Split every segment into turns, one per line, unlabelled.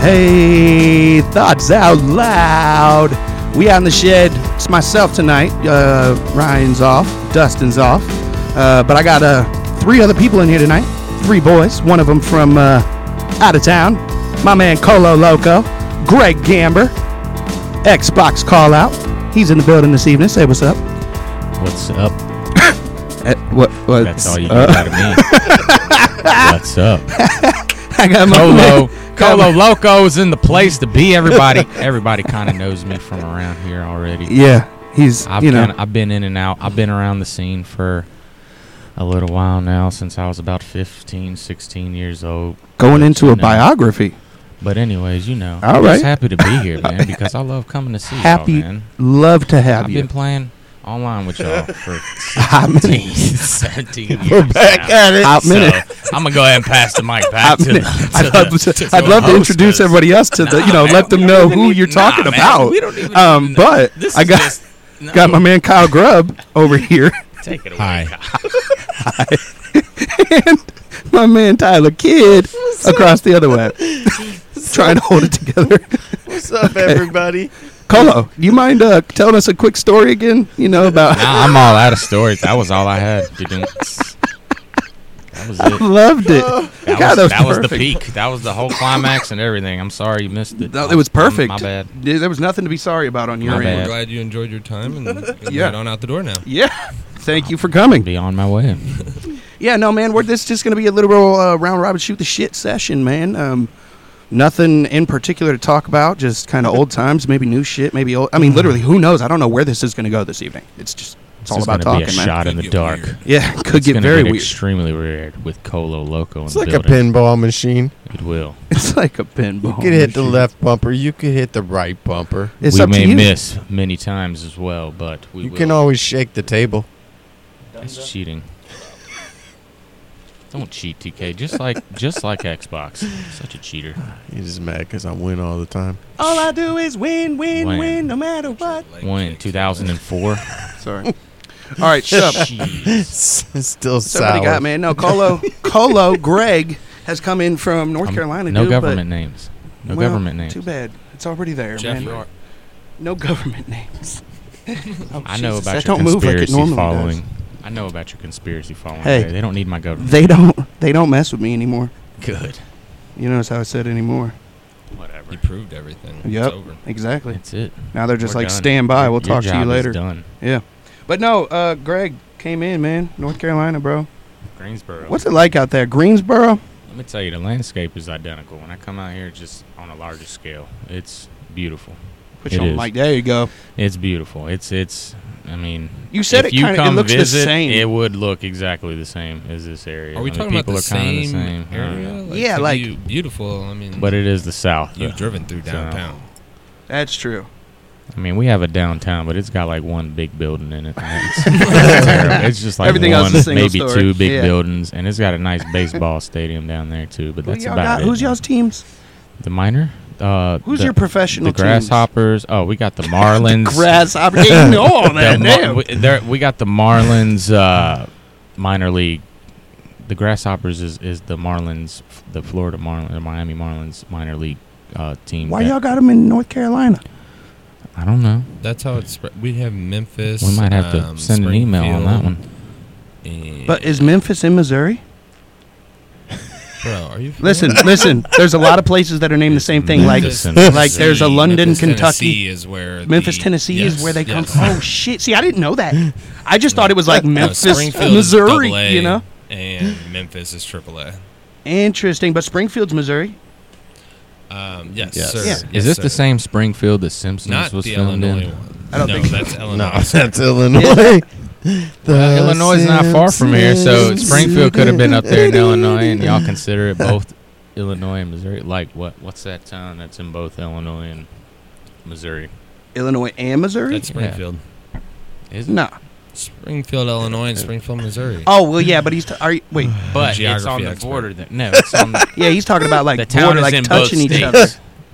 Hey, thoughts out loud. We out in the shed. It's myself tonight. Uh, Ryan's off. Dustin's off. Uh, but I got uh, three other people in here tonight. Three boys. One of them from uh, out of town. My man Colo Loco. Greg Gamber. Xbox call out. He's in the building this evening. Say what's up.
What's up?
Eh, what, what-
That's all you
uh,
get out of me. What's up?
I got my
Colo.
Got
Colo
my-
Loco is in the place to be. Everybody, everybody kind of knows me from around here already.
Yeah, he's
I've
you know.
kinda, I've been in and out. I've been around the scene for a little while now, since I was about 15, 16 years old.
going into a
No.
biography.
But anyways, you know,
All
I'm
right.
just happy to be here, man, because I love coming to see
Happy,
y'all, man.
love to have
I've
you.
been playing online with y'all for
Hot minute.
16, 17 years We're
back at it.
Hot minute.
I'm gonna go ahead and pass the mic
Hot
back to the,
minute.
to
I'd
the-
love to,
to
I'd
the
love to
host,
introduce
'cause-
everybody else to the you know
Nah,
let
man,
them
we
know
don't
who
even-
you're
nah,
talking
man,
about.
we don't even
um,
need to know.
but
This
I
is
got
just- no.
got my man Kyle Grubb over here,
Take it away.
Hi.
my man Tyler Kidd across the other way, trying to hold it together.
What's up, everybody?
Colo, do you mind uh, telling us a quick story again? You know about
Nah, I'm all out of stories. That was all I had. You didn't- That was it.
loved it.
That,
God,
was,
that was
that was the
perfect.
peak. That was the whole climax and everything. I'm sorry you missed it.
No, it was
I'm- I'm-
perfect.
My bad.
There there was nothing to be sorry about on your
My
end.
bad.
Glad you enjoyed your time and got
Yeah.
right on out the door now.
Yeah. Thank you for coming.
Be on my way.
Yeah, no, man. We're this is just gonna be a literal uh, round robin shoot the shit session, man. Um, nothing in particular to talk about. Just kind of old times, maybe new shit, maybe old. I mean, literally, who knows? I don't know where this is gonna go this evening. It's just it's all
Mm-hmm. This is
about
gonna
talking,
be a
man.
shot in
Could
the
get
dark.
weird.
Yeah, it could
It's
get
gonna
very
get
weird.
Extremely weird with Colo Loco.
It's
in
like
the
a
building.
pinball machine.
It will.
It's like a pinball.
You could hit the
machine.
left bumper. You could hit the right bumper.
It's
we
up
may
to you.
miss many times as well, but we
You
will.
can always shake the table.
That's cheating. Don't cheat, TK. Just like just like Xbox. Such a cheater.
He's just mad because I win all the time.
All I do is win, win, win,
Win.
no matter what.
Like
One in
chicks.
2004.
Sorry. All right, shut up.
Jeez.
Still
Somebody
sour.
got man. No, Colo, Colo, Greg has come in from North
Um,
Carolina.
No
dude, but-
government names. No
Well,
government names.
Too bad. It's already there,
Jeff,
man.
you are-
No government names. Oh,
I know
Jesus,
about your
that don't move like it
conspiracy
normally
following.
does.
I know about your conspiracy following.
Hey.
They- They don't need my government.
They don't. They don't mess with me anymore.
Good.
You notice how I said anymore?
You
Whatever.
proved everything.
Yep.
It's over.
Exactly.
That's it.
Now they're just
We're
like,
done.
stand by. We'll
Your
talk to
job
you
is
later.
done.
Yeah. But no, uh, Greg came in, man. North Carolina, bro.
Greensboro.
What's it like out there, Greensboro?
Let me tell you, the landscape is identical. When I come out here, just on a larger scale, it's beautiful.
Put
It
you on the
is.
mic. There you go.
It's beautiful. It's it's. I mean,
You said
if
it
you
kinda- it
come
looks the
visit,
same.
It would look exactly the same as this area.
Are we
I mean,
talking about
people
the
are kinda
same,
the same. I don't
area?
know.
Yeah,
to
like-
you- beautiful. I mean,
But it is the South.
you've
though.
driven through downtown.
That's true.
I mean, we have a downtown, but it's got like one big building in it. and It's, it's terrible. It's just like
Everything else
one,
is single
maybe
story.
two big
Yeah.
buildings, and it's got a nice baseball stadium down there too. But
Who
that's
y'all
about
got?
it.
Who's y'all's teams?
The minor. Uh,
Who's
the,
your professional
The grasshoppers. Oh, we got the Marlins.
teams? Grasshopper. Yeah, you know all
The
that.
Mar-
damn.
we, there, we got the Marlins uh, minor league. The Grasshoppers is, is the Marlins, the Florida Marlins, the Miami Marlins minor league uh, team.
Why
that-
y'all got them in North Carolina?
I don't know.
That's how it's. Spread. We have Memphis.
We might have
um,
to send an email on that one.
Springfield, and-
But is Memphis in Missouri?
bro, are you? for
Listen,
real?
listen. There's a lot of places that are named the same thing. Like
Memphis and
like there's a
Tennessee.
London,
Memphis,
Kentucky,
Tennessee is where
Memphis,
the-
Tennessee is
yes,
where they come
yes.
from. Oh shit! See, I didn't know that. I just thought it was like
Uh,
No,
Memphis,
Springfield is
Missouri.
double A,
You know,
and Memphis is triple A.
interesting. But Springfield's Missouri.
Um, yes,
Yes.
sir.
Yeah.
Yes,
Is this the
sir.
same Springfield that Simpsons
Not
was
the
filmed
Illinois
in?
one.
I don't
no,
think so.
that's
No,
Illinois.
that's Illinois.
Well, Illinois is not far from here, so
Simpsons.
Springfield could have been up there in Illinois, and y'all consider it both Illinois and Missouri. Like what? What's that town that's in both Illinois and Missouri?
Illinois and Missouri?
That's Springfield.
Is it?
No.
Springfield, Illinois, and Springfield, Missouri.
Oh well, yeah. But he's t- are you, wait.
but it's
Geography
on the
expert.
border. That, no, it's on the,
Yeah, he's talking about like
the town
border,
is
like
in both
touching
states.
each other.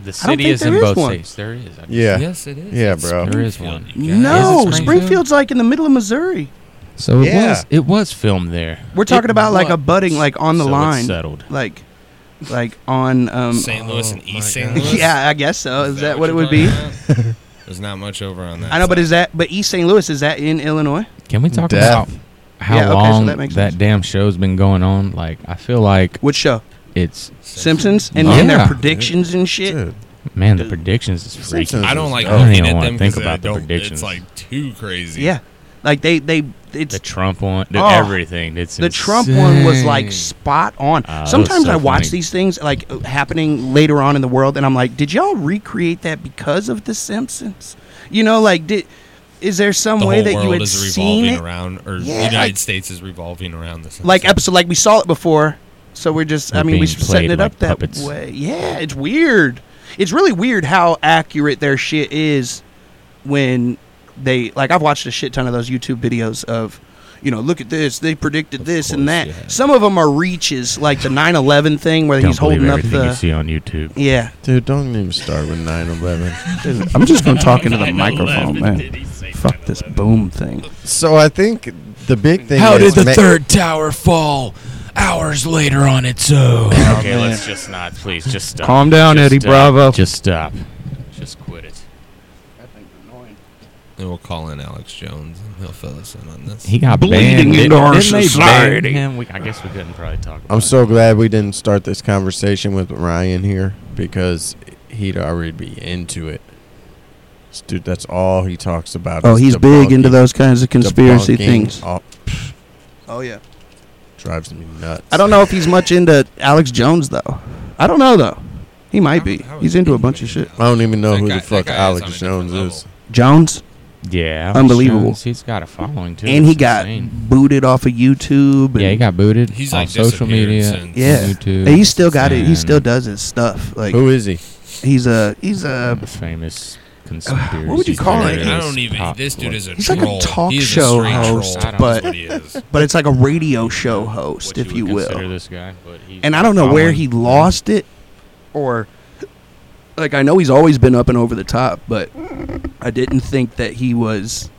The
I don't
city
think
is in
there is
both
one.
states. There is. I-
Yeah.
Yes, it is.
Yeah,
It's
bro.
There is
Springfield,
one.
you guys.
No,
Is it Springfield?
Springfield's like in the middle of Missouri.
So it
Yeah.
was. It was filmed there.
We're talking
It
about like
was.
a budding, like on the
So it's
line,
settled.
like like on um,
St. Louis and
oh
East
my
St.
God.
Louis.
yeah, I guess so. Is that what it
you're
would be?
talking about? There's not much over on that.
I know, but
side.
is that but East St. Louis is that in Illinois?
Can we talk
Death.
about how
Yeah, okay, so
long
that makes sense.
that damn show's been going on? Like, I feel like
Which show?
it's
Simpsons and, and
Yeah.
their predictions and shit.
Dude,
man, the
Dude.
predictions is freaky.
Simpsons.
I don't like
I don't
looking
even
at
wanna
them
think
because
about the predictions.
It's like too crazy.
Yeah, like they they it's
The Trump one, the
Oh,
everything. It's
the Trump one was like
insane.
spot on.
Ah, that was
Sometimes
so
I watch
funny.
these things like uh, happening later on in the world, and I'm like, did y'all recreate that because of The Simpsons? You know, like did is there some
The
way
whole
that you
world
had
is
seen
revolving
it?
around, or
Yeah,
the United
like-
States is revolving around this.
Like episode, like we saw it before, so we're just. I
They're
mean, we're
being
setting
played
it
like
up that
puppets.
way. Yeah, it's weird. It's really weird how accurate their shit is when they like. I've watched a shit ton of those YouTube videos of. You know, look at this. They predicted
Of
this and
course,
that.
yeah.
Some of them are reaches, like the 9/11 thing where
Don't
he's holding
believe
up
everything you
the.
see on YouTube.
Yeah,
dude, don't even start with 9/11.
I'm just gonna talk into the microphone, man. Fuck this boom thing.
so I think the big thing. is ma-
tower fall hours later on its own? okay,
man.
let's just not. Please, just stop.
Calm down,
Just
Eddie
stop.
Bravo.
Just stop. Just quit it.
And we'll call in Alex Jones and he'll fill us in on this.
He got
Bleeding
banned.
into our
Didn't they ban
society.
him? We- I guess we couldn't probably talk. About
I'm
it.
so glad we didn't start this conversation with Ryan here because he'd already be into it. This Dude, that's all he talks about.
Oh,
is
he's big into
debunking-
those kinds of conspiracy
debunking.
things.
Oh,
Oh yeah.
drives me nuts.
I don't know if he's much into Alex Jones though. I don't know though. He might be. He's into a bunch of shit.
I don't even know
That
who
guy-
the
that
fuck
guy is on a
Alex
different
Jones is.
Jones,
Yeah, Alex
Unbelievable.
Jones, he's got a following too.
and he
It's
got
insane.
booted off of YouTube. And
Yeah, he got booted.
He's
on
like
social
disappeared
media.
since-
Yeah.
on YouTube.
He still got it. He
and
still does his stuff. Like
Who is he?
he's a he's a
the famous conspiracy.
what would you call
Like,
it?
I
theorist,
don't even.
pop-
This dude is a
He's like a
troll.
talk
He is
show
straight
host,
troll.
but-
That's what he is.
but it's like a radio show host,
what
if you
would consider
will.
This guy, but he's
And I
got
don't know where
following.
he lost it, or like I know he's always been up and over the top, but I didn't think that he was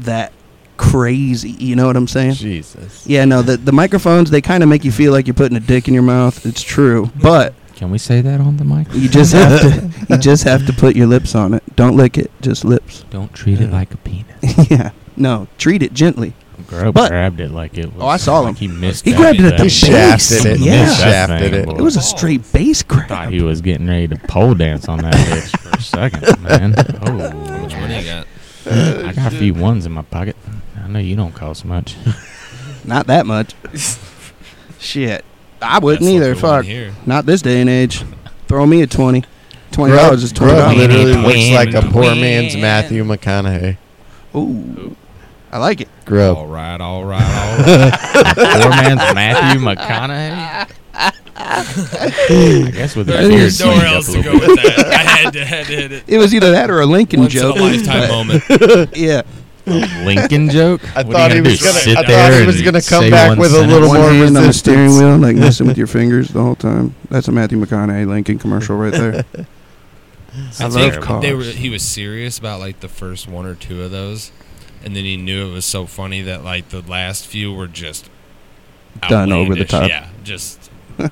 that crazy. You know what I'm saying?
Jesus.
Yeah, no, the, the microphones, they kind of make you feel like you're putting a dick in your mouth. It's true. But
Can we say that on the mic?
you just have to you just have to put your lips on it. Don't lick it, just lips.
Don't treat it like a penis.
yeah. No, treat it gently.
Grub
But-
grabbed it like it was.
Oh, I saw him.
like He missed.
He
that-
grabbed it at
that-
the
He
base.
shafted it.
Yeah.
He shafted it.
It was a straight bass
Thought
crack.
he was getting ready to pole dance on that bitch for a second, man.
How much money you
Oh,
got?
I got a few ones in my pocket. I know you don't cost much.
Not that much. Shit. I wouldn't
That's
either.
what we want
Fuck.
here.
Not this day and age. Throw me a 20. $20 is
Grub
$20.
literally
Twin,
looks like a poor
twin.
man's Matthew McConaughey.
Ooh. I like it.
Grub.
All right, all right, all right.
Poor man's Matthew McConaughey. I guess with a
There's
beard
there's nowhere
slanted up
else
a
to
little
go
bit.
with that. I had to, had to hit it.
It was either that or a Lincoln
Once
joke.
in a lifetime moment.
but, yeah.
Lincoln joke.
I
What are
thought
you
he
do,
was gonna.
sit
I
there
thought he was
and
gonna come
say
back
one
with a little
sentence?
one
more
hand on the steering
resistance.
wheel, like messing with your fingers the whole time. That's a Matthew McConaughey Lincoln commercial right there. I
That's
love
terrible.
cars.
They were. He was serious about like the first one or two of those, and then he knew it was so funny that like the last few were just
Done over the
outlandish.
top.
Yeah, just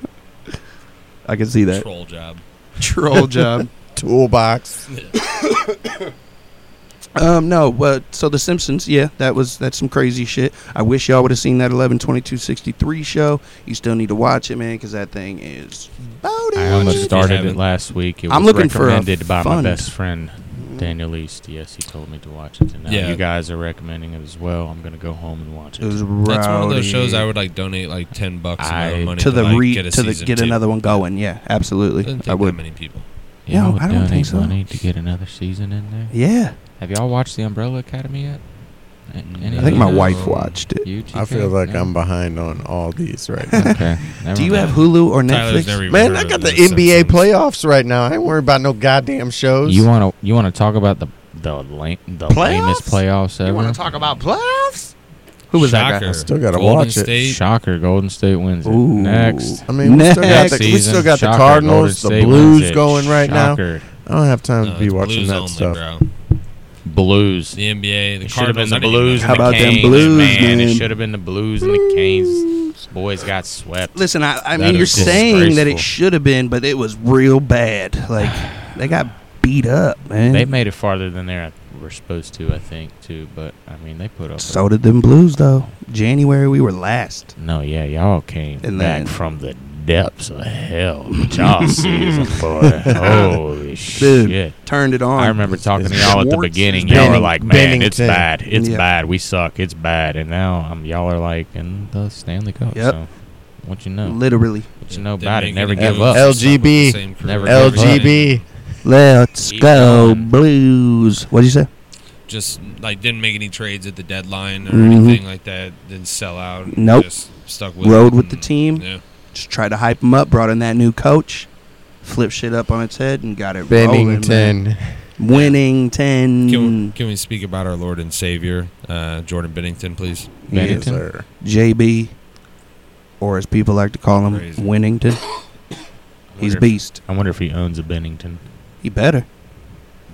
I can see that
troll job.
troll job.
Toolbox.
Um, no, but so the Simpsons, yeah, that was that's some crazy shit. I wish y'all would have seen that eleven twenty two sixty three show. You still need to watch it, man, because that thing is.
I
Watch it
almost
if you
started it
haven't.
last week. It
I'm
was
looking for a
recommended by
fund.
my best friend Daniel East. Yes, he told me to watch it. And now
Yeah.
you guys are recommending it as well. I'm gonna go home and watch
It
it.
was
That's one of those shows I
rowdy.
would like donate like ten bucks of
I-
my own money
to the
like,
re
get a
to the
season
get
two.
another one going. Yeah, absolutely.
Doesn't take
I
that
would.
many people.
You
Yeah,
know what
I don't think
donate
so.
money to get another season in there.
Yeah,
Have y'all watched The Umbrella Academy yet? A- any
I think
of
my
you?
wife watched it.
You,
I
TK?
feel like
No?
I'm behind on all these right now.
Okay. never
Do you
mind.
have Hulu or
Tyler's
Netflix?
never even
Man,
heard
I
of
got the
Simpsons.
NBA playoffs right now. I ain't worried about no goddamn shows.
You want to you want to talk about the the lame, the lamest playoffs ever?
wanna talk about playoffs? Who was that guy?
Shocker.
Still gotta
Golden
watch it.
State.
Shocker, Golden State wins it.
Ooh.
Next.
I mean, we still got
Next
the, we
season,
still got the
shocker, Golden
Cardinals, the
State wins
Blues
it.
going right
Shocker.
now. I don't have time
No,
to be
uh, it's
watching
blues
that
only,
stuff.
Bro.
Blues.
The NBA, the
It should have
Cardinals
been the
I didn't even
Blues.
know
How
and
about
the
them
Canes,
Blues,
man?
man?
It should have been the Blues and the Canes. boys got swept.
Listen, I, I
That
mean, you're
is
saying that
disgraceful.
it should have been, but it was real bad. Like they got beat up, man.
They made it farther than they were supposed to, I think, too. But I mean, they put up. a-
so did them Blues though. January we were last.
no, yeah, y'all came
And
back
then-
from the depths of hell. with Y'all season, boy. Holy shit!
Turned it on.
I remember talking to
it's
y'all at the
Schwartz.
beginning.
It's
Y'all were
Benning-
like, "Man, it's
Bennington.
bad. It's
Yep.
bad. We suck. It's bad." And now um, y'all are like in the Stanley Cup.
Yep.
So what you know?
Literally,
What you know
They
about it?
make
Never
any
give
moves
up.
to stop with
LGB.
the same crew.
Never give up.
LGB.
let's
Keep
go
going.
Blues. What'd you say?
Just like didn't make any trades at the deadline or
Mhm.
anything like that. Didn't sell out.
Nope.
Just stuck with
Rode
it
with the
and-
team.
Yeah.
Just tried to hype them up. Brought in that new coach. Flipped shit up on its head and got it rolling. man.
Bennington.
Winning
Can we,
ten.
can we speak about our Lord and Savior, uh, Jordan Bennington, please?
Yes,
Bennington?
sir.
JB, or as people like to call him,
Crazy.
Winnington.
I
He's
wonder if-
beast.
I wonder if he owns a Bennington.
He better.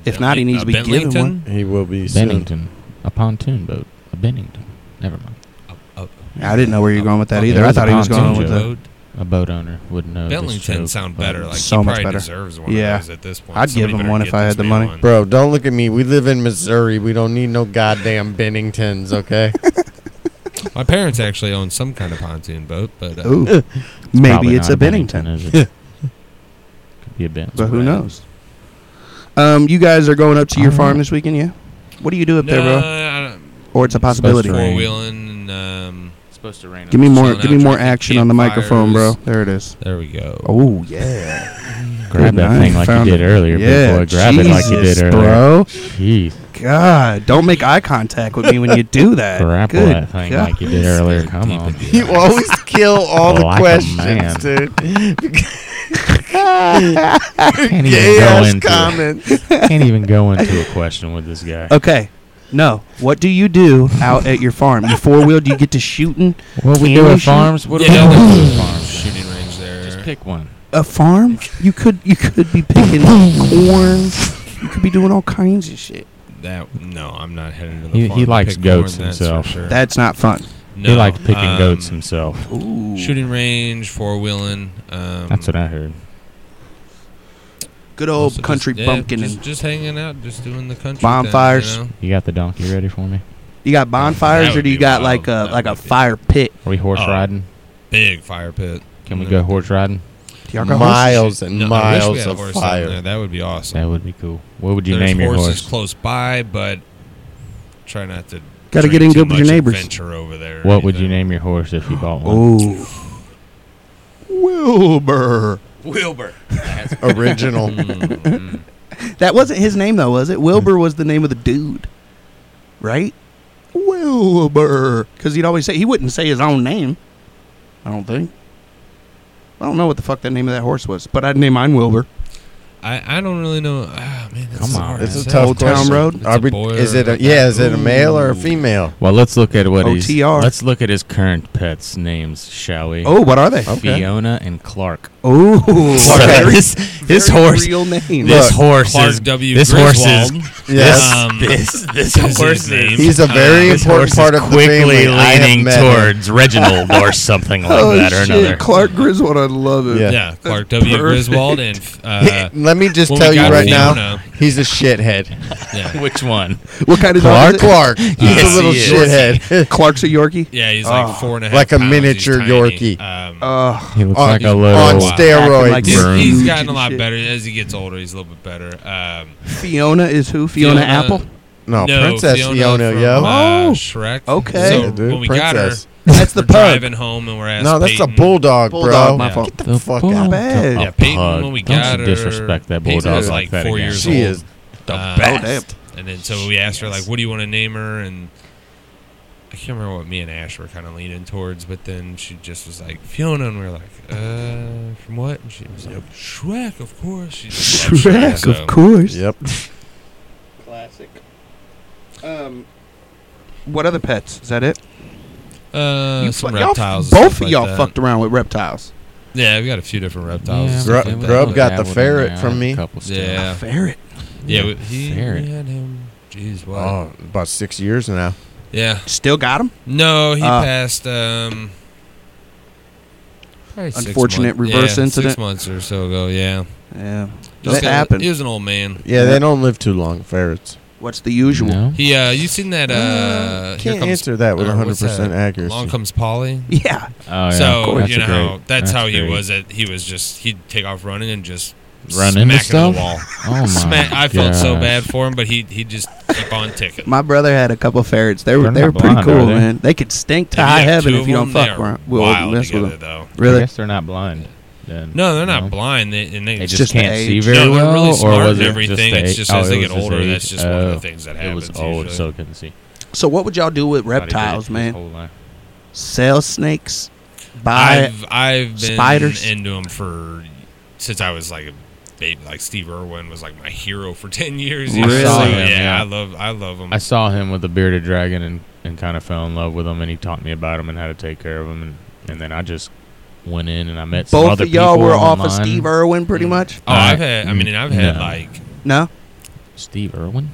If not, he needs to be
Uh,
given
Uh, Bentlington?
one.
He will be soon.
Bennington, a pontoon boat, a Bennington. Never mind.
Oh,
I thought you were going with that
Okay,
either.
it
I
was
thought
a
he was going
pontoon
with the.
joke. A boat owner would know. this
Bentlington
joke,
sound
but-
better. Like
So
he
much
probably
better.
deserves one
Yeah.
of those at this point.
I'd give
Somebody
him
better
one if
get
I
this
had the
man
money.
on.
Bro, don't look at me. We live in Missouri. We don't need no goddamn Benningtons, okay?
My parents actually own some kind of pontoon boat, but uh,
Ooh,
Probably
maybe it's
not
a Bennington,
is it? Could be a Bennington.
but who knows? Um, you guys are going up to your
All
farm
right.
this weekend, yeah? What do you do up there, bro?
no, I don't-
Or it's a
supposed to
possibility.
rain.
four wheeling. Um,
It's supposed to rain.
Give me more.
Chilling
Give
out,
me more
drinking
action on the microphone, bro.
campfires.
There it is.
there we go.
Oh yeah,
Grab
Good
that
night.
thing like
Found
you did
it.
earlier, big
yeah.
boy. Grab it like you did
Jesus,
earlier.
bro.
Jeez,
God, don't make eye contact with me when you do that.
grab
Good
that thing
God.
like you did earlier. Come
Deep
on.
in the-
You always kill all
Oh,
the
Like a man.
questions, dude.
Can't even
Gay
go
ass
into.
comments.
Can't even go into a question with this guy.
Okay. No. What do you do out at your farm? You four wheel? Do you get to shooting
What we
Can
do
we
at
shoot?
farms? What do we do
Yeah,
at
there's a
farms?
Shooting range there.
Just pick one.
a farm? You could. You could be picking corn. You could be doing all kinds of shit.
that. No, I'm not heading to the
He-
farm
he
to
likes
pick
goats
corn, that's
himself.
for Sure.
That's not fun.
no,
he likes picking
um,
goats himself.
Ooh.
Shooting range, four wheeling. Um,
That's what I heard.
Good old
also just-
country
yeah,
bumpkin
Just,
and
just hanging out, just doing the country.
Bonfires.
Thing, you know?
You got the donkey ready for me?
you got bonfires
That
or do
would
you
be
got
wild.
like a
That
like a
would be-
fire pit?
Are we horse
Oh.
riding?
Big fire pit.
Can we
No.
go horse riding?
Do y'all got horses?
Miles and
No, I wish we
miles
had a
of
horse down there.
fire.
That would be awesome.
That would be cool. What would you
There's
name your horse?
horses close by, but try not to.
Gotta
drink
get in
too
good with your
much
neighbors.
Adventure over there. or
What would you
anything.
name your horse if you bought one?
Ooh. Wilbur.
Wilbur.
Original.
Mm,
That wasn't his name though, was it? Wilbur was the name of the dude, right? Wilbur, because he'd always say he wouldn't say his own name. I don't think. I don't know what the fuck that name of that horse was, but I'd name mine Wilbur.
I, I don't really know. Ah, man, that's
Come
so
on,
hard
It's
to
a
say.
tough
Old Town
question.
Road?
It's
Are
a
we-
boy
is
or
it
a-
a, yeah? Is it a male or
Ooh.
a female?
Well, let's look at what he's.
OTR.
Let's look at his current pets' names, shall we?
Oh, what are they?
Oh. okay.
Fiona and Clark.
Oh,
So
very-
this this
very
horse.
real name.
This
Look,
horse
Clark
is.
W.
This horse is.
Griswold.
Yes.
Um,
This this
is his
horse
name.
is.
He's a very
This horse
important
is
part of the
quickly
family. I have
leaning
met him.
towards Reginald or something like
oh
that or
shit,
another.
Clark Griswold, I love it.
Yeah.
Yeah, Clark W. Griswold and uh,
Let me just
when
tell
we
you
got
right now,
Fiona-
he's a shithead.
yeah,
Which one?
What kind of dog
Clark
is it?
Clark. He's
Yes,
a little
he is.
shithead.
Clark's a Yorkie.
yeah, he's
Oh.
like four and a half,
Like a
pounds, he's
miniature
tiny.
Yorkie.
Um,
Oh,
He looks
on,
like a
Uh, on
little.
Wow.
steroids.
Like
he's,
Broom.
he's
huge
gotten
and
a lot
shit.
better as he gets older. He's a little bit better. Um,
Fiona is who? Fiona, Apple.
no,
no,
Oh, Princess Fiona,
from,
yo.
uh,
Oh.
Shrek.
Okay.
So
Yeah,
dude,
when we
Princess.
got her,
That's the
we're
pug.
driving home and we're asking.
no, that's a
Peyton,
bulldog,
Bulldog,
bro.
my
Yeah.
fault.
the fuck out.
Bad.
A
Yeah, Peyton,
pug.
when we
Don't
got
you
her,
disrespect that
Peyton
bulldog
was
like
like
that
four
again.
years
She
old.
is the
Uh,
best.
Oh,
And then so we asked her like, "What do you want to name her?" And I can't remember what me and Ash were kind of leaning towards, but then she just was like Fiona, and we were like, "Uh, from what?" And she was like, "Shrek, of course." She just loved
Shrek,
so-
of course.
Yep.
Classic. Um, what other pets? Is that it?
Uh,
You
some
fu- y'all f-
reptiles. and
both
stuff
of
like
y'all
that.
fucked around with reptiles.
Yeah, we got a few different reptiles.
Yeah,
and
Grub-
stuff like that.
Grub
Yeah,
got
that
the
would've
ferret
been-
from me.
a couple still.
Yeah.
A ferret.
Yeah, we, he,
Ferret.
we had him. Jeez, wow.
Oh, about six years now.
Yeah.
Still got them?
No, he
Ah.
passed. Um, Probably six
Unfortunate
month-
reverse
yeah,
incident.
Six months or so ago, yeah.
Yeah.
Just
That
got-
happened.
He was an old man.
Yeah, they don't live too long, ferrets.
What's the usual?
No?
He, uh, you seen that? Uh, Here
Can't
Comes-
answer that with
or what's
100%
that?
accuracy.
Long comes Polly.
Yeah.
Oh, yeah.
so
That's
you
a
know how-
great-
that's, how he
great.
was. At he was just he'd take off running and just
Run
smack
into
into
stuff?
the wall.
Oh my!
Smack, I felt so
gosh.
bad for him, but he he just keep on ticking.
My brother had a couple ferrets. They were
They're
they
not
were pretty
blind,
cool,
are they?
man. They could stink to
If you
high
got
heaven
two
if you
of
don't
them,
fuck
they are
around. Well,
wild
mess with
together,
them.
though.
I
Really?
guess they're not blind. Then.
No, they're not
No?
blind. They, and they,
They
just,
just,
just the
can't
age.
see
No,
very
no, they're
well,
really smart
or
and
was it
everything.
Just the
it's
age?
just
oh,
as
it
they
was
get older,
age.
that's just
oh,
one of the things that
It
happens.
was old,
usually.
so it couldn't see.
So what would y'all do with
Thought he did it
reptiles,
his
man?
whole life.
Sell snakes, buy
I've I've been
spiders.
into them for since I was like a baby. Like Steve Irwin was like my hero for ten years.
Really?
So,
I saw
him,
yeah,
yeah.
I love I love them.
I saw him with the bearded dragon and, and kind of fell in love with him, and he taught me about him and how to take care of him, and, and then I just went in and I met some
Both
other
of y'all
people
were off of
online.
Steve Irwin, pretty
Mm.
much.
oh,
I-
I've had. I mean, and I've had
No.
like
No,
Steve Irwin.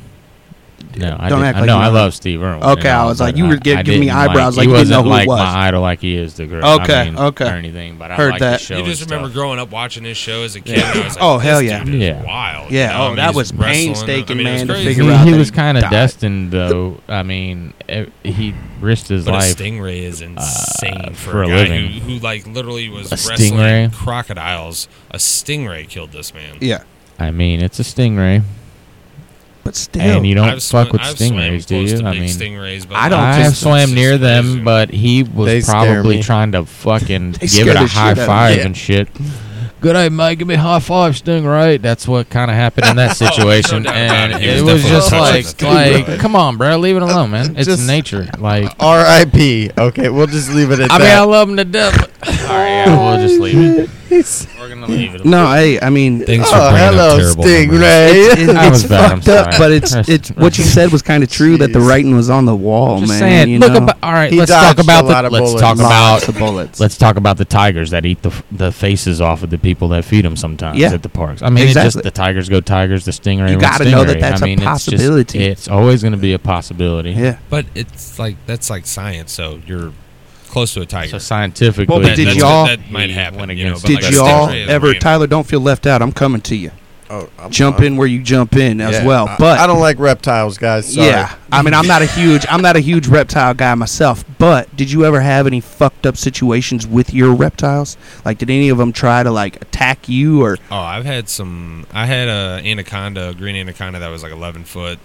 No, I
Don't
did-
act
I
like
know.
you
I
know.
love Steve Irwin.
Okay,
you know,
I was like,
but
you were
I-
gi-
I
giving me
didn't
eyebrows like
he
you didn't
wasn't
know who
like
it was.
My idol, like he is the girl.
Okay,
I mean,
okay.
Or anything, but I
Heard
liked
that.
The show
you just
and
remember
stuff.
growing up watching his show as a kid.
Yeah.
and I was like,
Oh, hell
this
yeah.
dude is
Yeah.
Wild.
Yeah, oh,
mean,
that
he's
was
wrestling.
painstaking,
I mean, it's
man, to
crazy.
figure
he,
out
he
that
was
he
kind of
died.
destined, though. I mean, eh, he risked his
But a
life.
stingray
uh,
is insane for,
for
a,
a
guy
living.
Who, who like literally was
A
wrestling
stingray?
crocodiles. A stingray killed this man.
yeah,
I mean, it's a stingray,
but still,
and you don't
I've
fuck
swam-
with
I've swam
stingrays, do
close
you?
to
I
big
mean,
stingrays, but
I
like,
don't
I
think
have
so.
swam
It's
near
just
them,
crazy.
but he was
They scare
probably
me.
trying to fucking
They
give
scare
it
the
a high
shit out of
five
me.
and shit. Good night, mate. Give me a high five, Stingray. That's what kind of happened in that situation,
doubt
and
about it. He
it was
was
just
definitely
like,
touching
like, come on, bro, leave it alone, man. It's
Just-
nature. Like,
R.I.P. Okay, we'll just leave it at
I mean, I
that.
love him to death. but- All right, yeah, we'll just leave it. We're gonna leave it.
no, hey, I mean,
Thanks for
oh,
bringing
hello,
up terrible memories.
it's,
Stingray.
it's-
That was
it's
bad, I'm
fucked up,
sorry.
but it's it's what you said was kind of true that the
Jeez.
writing was on the wall,
Oh,
Just
man.
saying.
you
Look,
know?
about, all right.
He
Let's talk
dodged a
about
lot
the.
of
Let's
bullets.
talk about
Lots of bullets.
Let's talk about the tigers that eat the the faces off of the people that feed them sometimes
Yeah.
at the parks. I mean, it's
Exactly.
just the tigers go tigers, the stingray.
You
went
gotta know that
stingray.
that's a
I mean, it's just-
possibility.
It's, always going to be a possibility.
yeah.
But it's like that's like science. So you're close to a tiger.
So scientifically,
Well, but did
that's-
y'all-
That might happen.
Went
You know,
against
but
it.
Did
like a
y'all
stingray is
ever,
lame.
Tyler? Don't feel left out. I'm coming to you.
Oh, I'm-
Jump
I'm-
in where you jump in as
yeah,
well.
I-
But
I, don't like reptiles, guys. Sorry.
Yeah, I mean, I'm not a huge, I'm not a huge reptile guy myself. But did you ever have any fucked up situations with your reptiles? Like, did any of them try to like attack you or?
Oh, I've had some. I had a anaconda, a green anaconda that was like 11 foot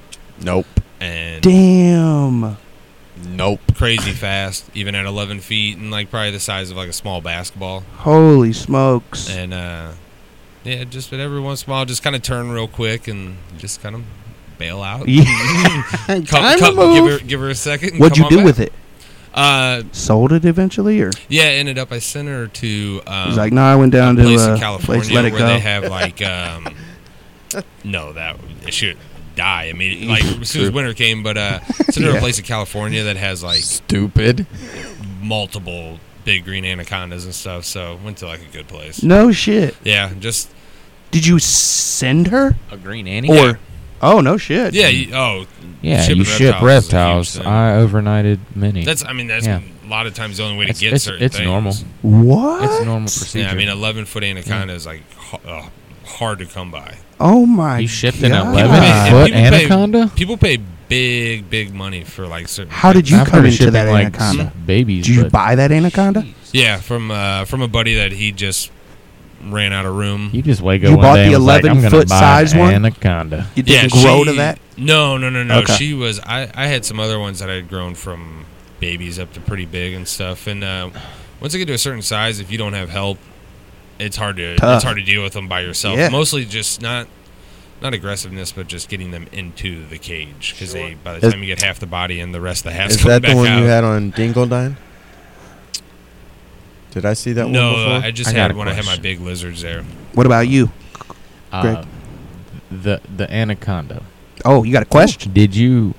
Nope.
and
Damn.
Nope.
crazy fast, even at 11 feet, and like probably the size of like a small basketball.
Holy smokes.
And uh, yeah, just but every once in a while, just kind of turn real quick and just kind of bail out.
Yeah.
Come-
Time to
come-
move.
Give her, give her a second. and
What'd
come
you
on
do
back.
with it?
Uh,
Sold it eventually, or
yeah, ended up I sent her to um,
he's like, no, I went down
a
to
place
uh,
in California
place, let it
where
go.
they have like um, no that it should die. I mean, like as soon as
True.
winter came, but uh, sent her to
Yeah.
a place in California that has like
Stupid.
multiple big green anacondas and stuff. So went to like a good place.
no shit.
Yeah, just
Did you send her
a green Annie,
or? Oh no shit.
yeah. You, oh,
yeah,
shipping
you ship
reptiles is
reptiles.
a huge thing.
I overnighted many.
that's I mean that's
Yeah.
a lot of times the only way to
it's,
get
it's,
certain
it's
things.
normal.
What?
It's normal procedure.
Yeah, I mean, eleven foot anaconda is like h- uh, hard to come by.
oh my.
you shipped an
God.
People
11
pay-
foot
people pay-
anaconda.
People pay big, big money for like certain.
How did you
I've
come
heard of
into that
shipping, like,
anaconda?
Babies.
Did you
but-
buy that anaconda?
Yeah, from uh, from a buddy that he just ran out of room.
You just wake up
You
one
bought
day
the
and was like,
11
I'm gonna
foot
buy
size
an
one?
anaconda.
You didn't grow to that.
No, no, no, no.
Okay.
She was. I, I had some other ones that I had grown from babies up to pretty big and stuff. And uh, once they get to a certain size, if you don't have help, it's hard to
Tough.
it's hard to deal with them by yourself.
Yeah.
Mostly just not not aggressiveness, but just getting them into the cage because they by the
Is-
time you get half the body and the rest of the half's
Is
coming
that
back
the one
out.
you had on Dingledine? Did I see that one
no, uh,
before?
I just
I got
had
a
when I had my
question.
big lizards there.
What about you? Greg.
Uh, the the anaconda.
Oh, you got a question?
Did you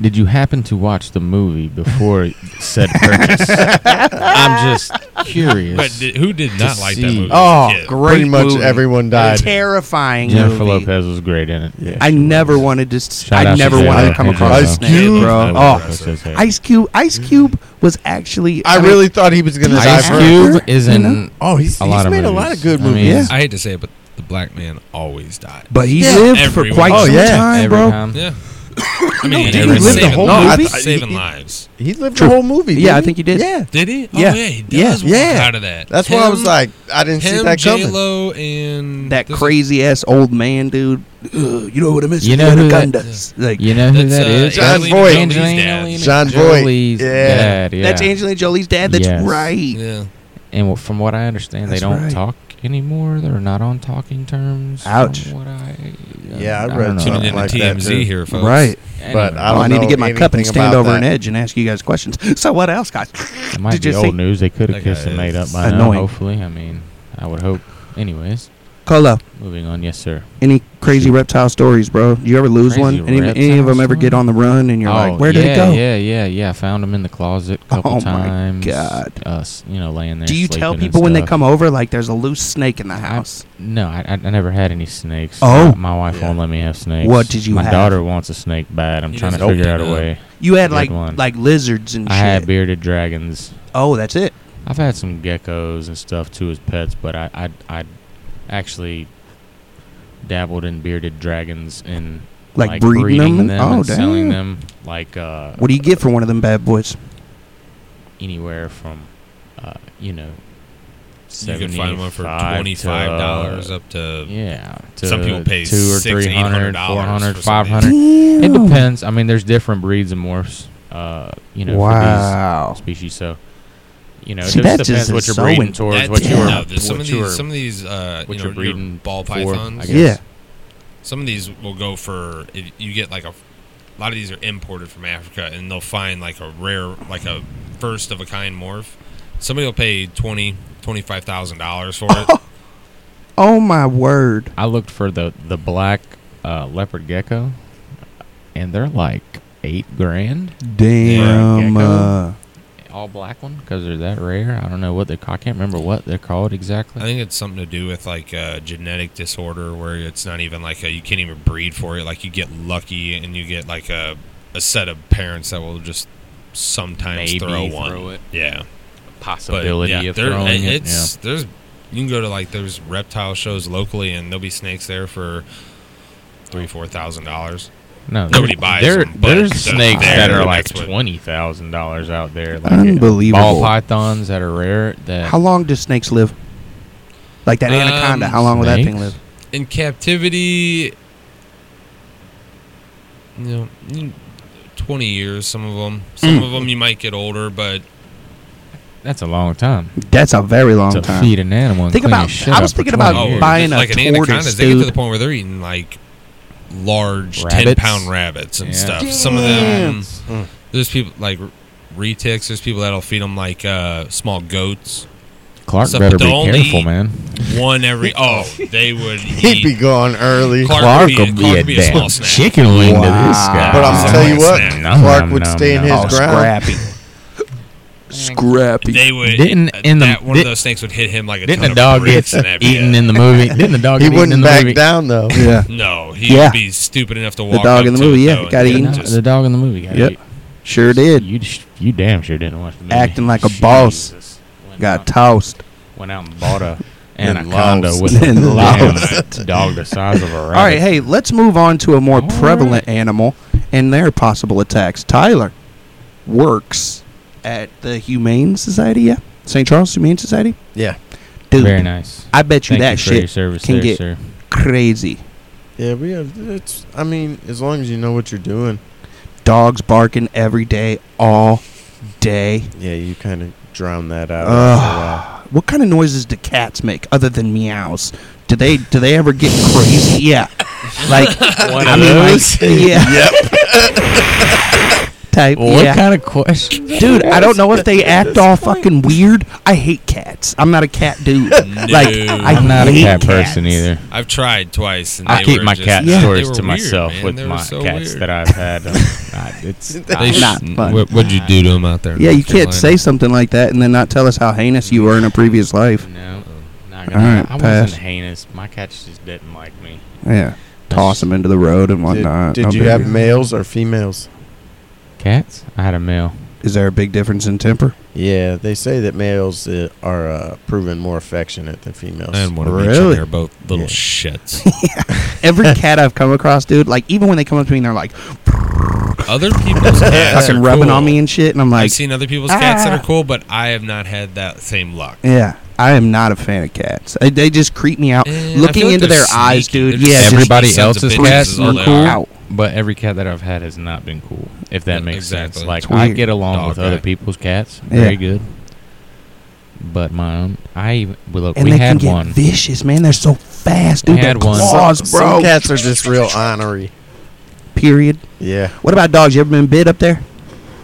Did you happen to watch the movie before said purchase? I'm just curious.
But di- who did not like that
see.
movie? as a
Oh,
kid?
great
pretty much
movie.
everyone died.
Terrifying
Jennifer
movie.
Lopez was great in it.
Yeah.
I never wanted to. s
Shout
I
out
never
to
wanted to
Taylor
come
Hawkins,
across
though.
Snake, bro.
I
Oh,
love Ice Cube.
Ice Cube. Ice Cube was actually.
I,
mean,
really thought he was going to die
Ice
first.
Cube is
You
in
know?
Oh, he's,
a
he's
lot of
made a lot
movies.
of good
I mean,
movies.
Yeah.
I hate to say it, but the black man always died.
But he
Yeah.
lived for
Everyone.
quite
Oh,
some
yeah.
time,
every
bro.
time.
Yeah. I mean,
did
he
he
was
live the
saving
whole
lives-
movie? No, I-
saving
he-
lives.
He lived
True.
the whole movie.
Yeah, I
didn't
think he did.
Yeah.
Did he?
Yeah.
Oh, yeah, he
Yeah.
does walk
Yeah.
out of that.
That's why I was
Him-
like, I didn't see
him,
that coming.
J-Lo, and
That
this-
crazy ass old man, dude. Ugh, you know what I miss?
You know who that-
Anacondas. Like
You know who
that's,
that
uh,
is?
John
Angelina
Voight.
Jolie's
Angelina
dad.
John Voight.
Jolie's
Yeah.
dad, yeah.
that's Angelina Jolie's dad. That's
Yes.
right.
Yeah.
And wh- from what I understand,
That's
they don't
right.
talk anymore. They're not on talking terms. from
Ouch.
what I,
Yeah, I
don't
read
know.
something
Tuning in
like
to
that,
TMZ
too.
here, folks.
Right.
but
Anyway,
I
Oh,
don't
I need to
know
get my cup and
anything
stand
about
over
that.
an edge and ask you guys questions. So what else, guys?
it might
did
be
you
old
see-
news. They could
That
have kissed
guy
and made up
is
by
annoying.
now. Hopefully, I mean, I would hope. Anyways,
Colo,
moving on. Yes, sir.
any crazy reptile stories, bro? You ever lose
Crazy
one? Any, any
reptile
of them ever get
story?
on the run and you're like, where
Oh, yeah,
did it go?
Yeah, yeah, yeah. Found him in the closet a couple
Oh my
times.
God.
Us, you know, laying there.
Do you tell
sleeping and
people when they
stuff.
come over like there's a loose snake in the house?
No, I, I I never had any snakes.
Oh.
Uh, my wife
Yeah.
won't let me have snakes.
What did you
My
have?
daughter wants a snake bad. I'm
You
trying to
just opened
figure out
it
a
up.
way.
You had
Good
like
one.
like lizards and
I
shit.
had bearded dragons.
oh, that's it.
I've had some geckos and stuff too as pets, but I I, I actually dabbled in bearded dragons and
Like, breeding, them. and- oh,
and
damn.
selling them like uh,
What do you get for one of them bad boys?
anywhere from uh, you know
You
seventy
could find one for
dollars
$25 up to
yeah to
Some people pay
two or
six,
three hundred
$800
four hundred
for
five
some
hundred It depends. I mean, there's different breeds of morphs. Uh, you know,
wow.
for these species. So, you know,
See,
it
that
just
just
depends what
is
you're
so
breeding
in-
towards,
That's-
what you
no,
are,
there's some of
what you
these,
are.
some of these, uh,
what
you
you're
know, your
breeding
ball
for, I
pythons.
guess.
Yeah.
Some of these will go for if you get like a, a lot of these are imported from Africa, and they'll find like a rare, like a first of a kind morph. Somebody will pay twenty, twenty-five thousand dollars for it.
Oh my word.
I looked for the the black uh, leopard gecko, and they're like eight grand.
Damn.
gecko.
uh,
All black one because they're that rare. I don't know what they. I can't remember what they're called
I
exactly.
think it's something to do with like a genetic disorder where it's not even like a, you can't even breed for it. Like you get lucky and you get like a, a set of parents that will just sometimes
Maybe
throw one.
throw it.
Yeah. But,
Possibility
yeah,
of
there- eh,
throwing it.
it's there's you can go to like there's reptile shows locally and there'll be snakes there for three four thousand dollars.
yeah. No,
nobody
there-
buys
there-
them, but
There's
they're
snakes
there,
that
and
are like
that's what-
twenty thousand dollars out there. Like uh,
Unbelievable.
Ball pythons that are rare. That
How long do snakes live? Like
Uh,
that
Um,
anaconda, how long will that thing
snakes?
live?
In captivity, you know, you- twenty years. Some of them, some of them you might get older, but
That's a long time
That's a very long
to
time.
feed an animal. And
Think
clean
about-
his shit
I was
up for
thinking about
20 years.
buying-
just
a
oh, like an
tortoise,
anacondas, they get to
dude.
the point where they're eating like large ten
Rabbits?
pound rabbits and
Yeah.
stuff. Some of them,
Mm.
there's people like retics. There's people that'll feed them like uh, small goats.
Clark
So,
better
but
be
the only-
careful, man.
One every oh, they would
He'd be
eat.
gone early.
Clark would be- Clark would be a small snack.
wing
Wow.
But I'm
Wow.
gonna tell you what,
Nom,
Clark would stay in his
Oh,
ground.
scrappy. scrappy.
They would
Didn't
uh,
in the-
that one of
didn't-
those snakes would hit him like a
Didn't
ton
the dog
of
get
bricks and that'd be
eaten
it.
in the movie? Didn't the dog
He
get eaten in
wouldn't
the
back
movie?
down though.
Yeah.
No, he'd
Yeah.
be stupid enough to
The
walk.
dog
up
in the
to
movie,
it,
yeah,
though, and
got
just-
eaten.
No, the dog in the movie. Got
Yep.
it.
Sure did.
You sh- you damn sure didn't watch the movie.
Acting like a boss.
Jesus. Went
Got
out,
tossed.
went out and bought a
And
anaconda
lost.
with a
And
damn
lost.
dog the size of a rabbit.
All right, hey, let's move on to a more
All
prevalent animal and their possible attacks. Tyler works at the Humane Society, yeah? St. Charles Humane Society?
Yeah.
Dude,
very nice.
I bet you
Thank
that
you for your
shit
service
can
there,
get-
sir.
crazy.
Yeah, we have. It's. I mean, as long as you know what you're doing.
Dogs barking every day, all day.
Yeah, you kind of drown that out. after
Ugh. what kind of noises do cats make other than meows? Do they do they ever get crazy? Yeah, like
One
I
of
mean, like,
those?
yeah.
Yep.
type.
What
yeah.
kind of question?
Dude, I don't know if they act all fucking weird. I hate cats. I'm not a cat dude. Like I
I'm not a
hate
cat
cats.
person either.
I've tried twice. And
I
they
keep
were
my
just-
cat
they
stories
were
to
weird,
myself
man.
with
They were
my
so
cats
weird.
that I've had. Um, not, it's
They
not-
not fun.
What, what'd you do to him out there? in
Yeah,
North
you can't say
Carolina?
something like that and then not tell us how heinous you were in a previous life.
No, not
All
gonna.
right,
I
pass.
wasn't heinous. My cats just didn't like me.
Yeah. Toss them into the road and whatnot.
Did, did
No
you
big
have
deal.
males or females?
Cats? I had a male.
Is there a big difference in temper?
Yeah, they say that males uh, are uh, proven more affectionate than females.
I didn't want to
Really?
They're both little
Yeah.
shits.
Every cat I've come across, dude, like even when they come up to me and they're like
Other people's cats
fucking
are
rubbing
cool.
on me and shit, and I'm like,
I've seen other people's cats that
"Ah."
are cool, but I have not had that same luck.
yeah, I am not a fan of cats. I, they just creep me out.
Eh, I feel
Looking
like
into
they're
their eyes,
sneaky.
dude.
They're
Yeah,
just
Everybody
sneaky sons of
else's
bitches
cats
is all
are
they
cool.
Out.
But every cat that I've had has not been cool. If that
Yeah,
makes
exactly.
sense. Like
It's
I
weird.
get along
Dog
with other
guy.
people's cats
Yeah.
very good, but my own. I even well, look.
And
we
they
had
can get
one.
vicious, man. They're so fast,
We
dude. Their
had one.
claws,
Some-
bro.
Some cats are just real honorary.
Period.
Yeah,
What about dogs? You ever been bit up there?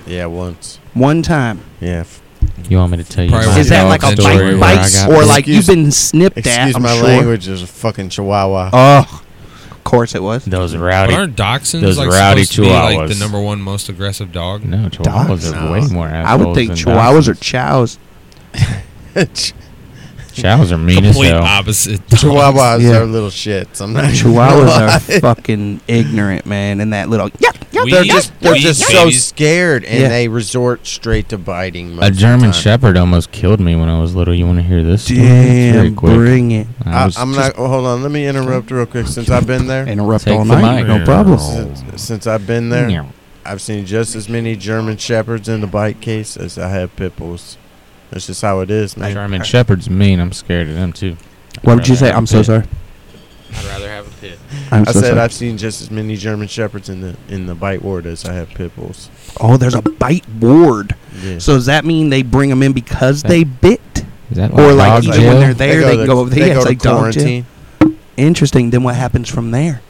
yeah, once.
One time.
Yeah. f-
You want me to tell you?
Probably
my
Is that
dog
like a
enjoy
bite,
where
bite,
I got
or
bit?
like you've
Excuse-
been snipped at?
Excuse
I'm
my
sure.
language, there's a fucking chihuahua.
Oh, of course it was.
Those
But
rowdy.
aren't dachshunds
Those
like
rowdy
supposed to be like the
chihuahuas.
number one most aggressive dog?
No,
Dogs?
chihuahuas are
No.
way more
I
assholes.
would think
than
chihuahuas or
dachshunds.
chows.
Oh.
chihuahuas are mean as
Complete
hell.
opposite. dogs.
Chihuahuas
Yeah.
are little shits. I'm not
Chihuahuas are fucking ignorant, man. And that little yup, yup,
We-
They're
yup,
just
yup,
they're
we-
just so
babies.
scared, and
Yeah.
they resort straight to biting. most
A
of the
German
time.
shepherd almost killed me when I was little. You want to hear this? story? It's very
Damn,
quick.
bring it.
I
I,
was
I'm
just-
not. oh, Hold on. Let me interrupt real quick. Since I've been there,
Interrupt
Take
all
the
night.
mic.
No problem.
since, since I've been there, I've seen just as many German shepherds in the bite case as I have pit bulls. That's just how it is, man.
German shepherds mean. I'm scared of them too. I'd
What would you
rather
say?
have a
I'm so
pit.
sorry.
I'd rather have a pit.
I'm
I
so
said
sorry.
I've seen just as many German shepherds in the in the bite ward as I have pit bulls.
Oh, there's a bite ward.
Yeah.
So does that mean they bring them in because they bit,
Is that
or like
dog
even
jail?
when they're there, they, can go over there?
They
Yeah,
go
it's
to
like dog jail.
quarantine.
Interesting. Then what happens from there?